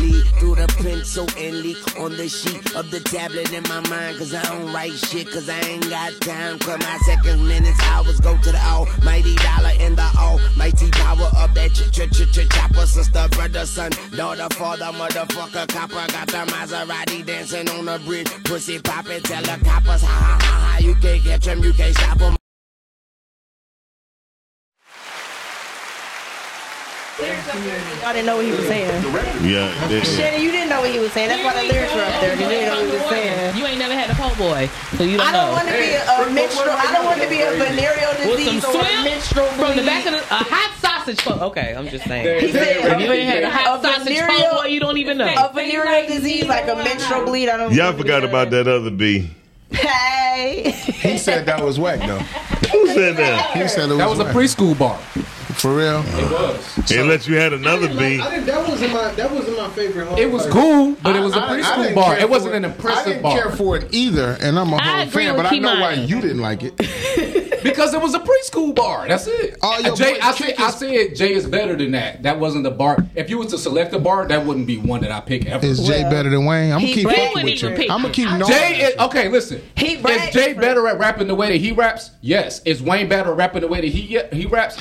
O: Leak through the pencil and leak on the sheet of the tablet in my mind. Cause I don't write shit, cause I ain't got time. Cause my second minutes, hours go to the almighty dollar and the almighty power of that ch ch ch ch chopper. Sister, brother, son, daughter, father, motherfucker, copper. Got the Maserati dancing on the bridge. Pussy poppin', tell the coppers, ha ha ha ha. You can't catch 'em, you can't stop 'em.
E: I didn't know what he was saying.
D: Yeah. they-
E: Shannon, you didn't know what he was saying. That's why the lyrics were up there. 'cause You didn't know what he was saying.
G: You ain't never had a po' boy, so you don't
E: I
G: know.
E: don't want to be a menstrual. I don't want to be a venereal
G: With
E: disease
G: some
E: or a
G: swim
E: menstrual
G: from the
E: bleed.
G: back of the, a hot sausage po' Okay, I'm just saying.
E: He said-
G: if you ain't had a hot
E: A
G: sausage po' boy, you don't even know.
E: A venereal disease like a menstrual bleed. I don't.
D: Y'all forgot about that other B.
E: Hey.
F: He said that was whack though.
D: Who said that?
F: He said it
J: That was a preschool bar.
F: For real? It
J: was.
D: Unless you had another B.
H: I didn't, that wasn't my that wasn't my favorite.
J: It was cool, but it was a preschool bar. It wasn't an impressive
F: I didn't
J: bar.
F: care for it either, and I'm a
J: I
F: whole
J: agree
F: fan,
J: with
F: but I know
J: Kimani.
F: why you didn't like it.
J: because it was a preschool bar. That's it.
F: Oh, your
J: Jay,
F: boy
J: I said, I said Jay is better than that. That wasn't the bar. If you was to select a bar, that wouldn't be one that I pick ever.
F: Is Jay better than Wayne? I'm gonna keep fucking with you. I'm gonna keep knowing.
J: Jay is, okay, listen.
E: He
J: is Jay better at rapping the way that he raps? Yes. Is Wayne better at rapping the way that he he raps?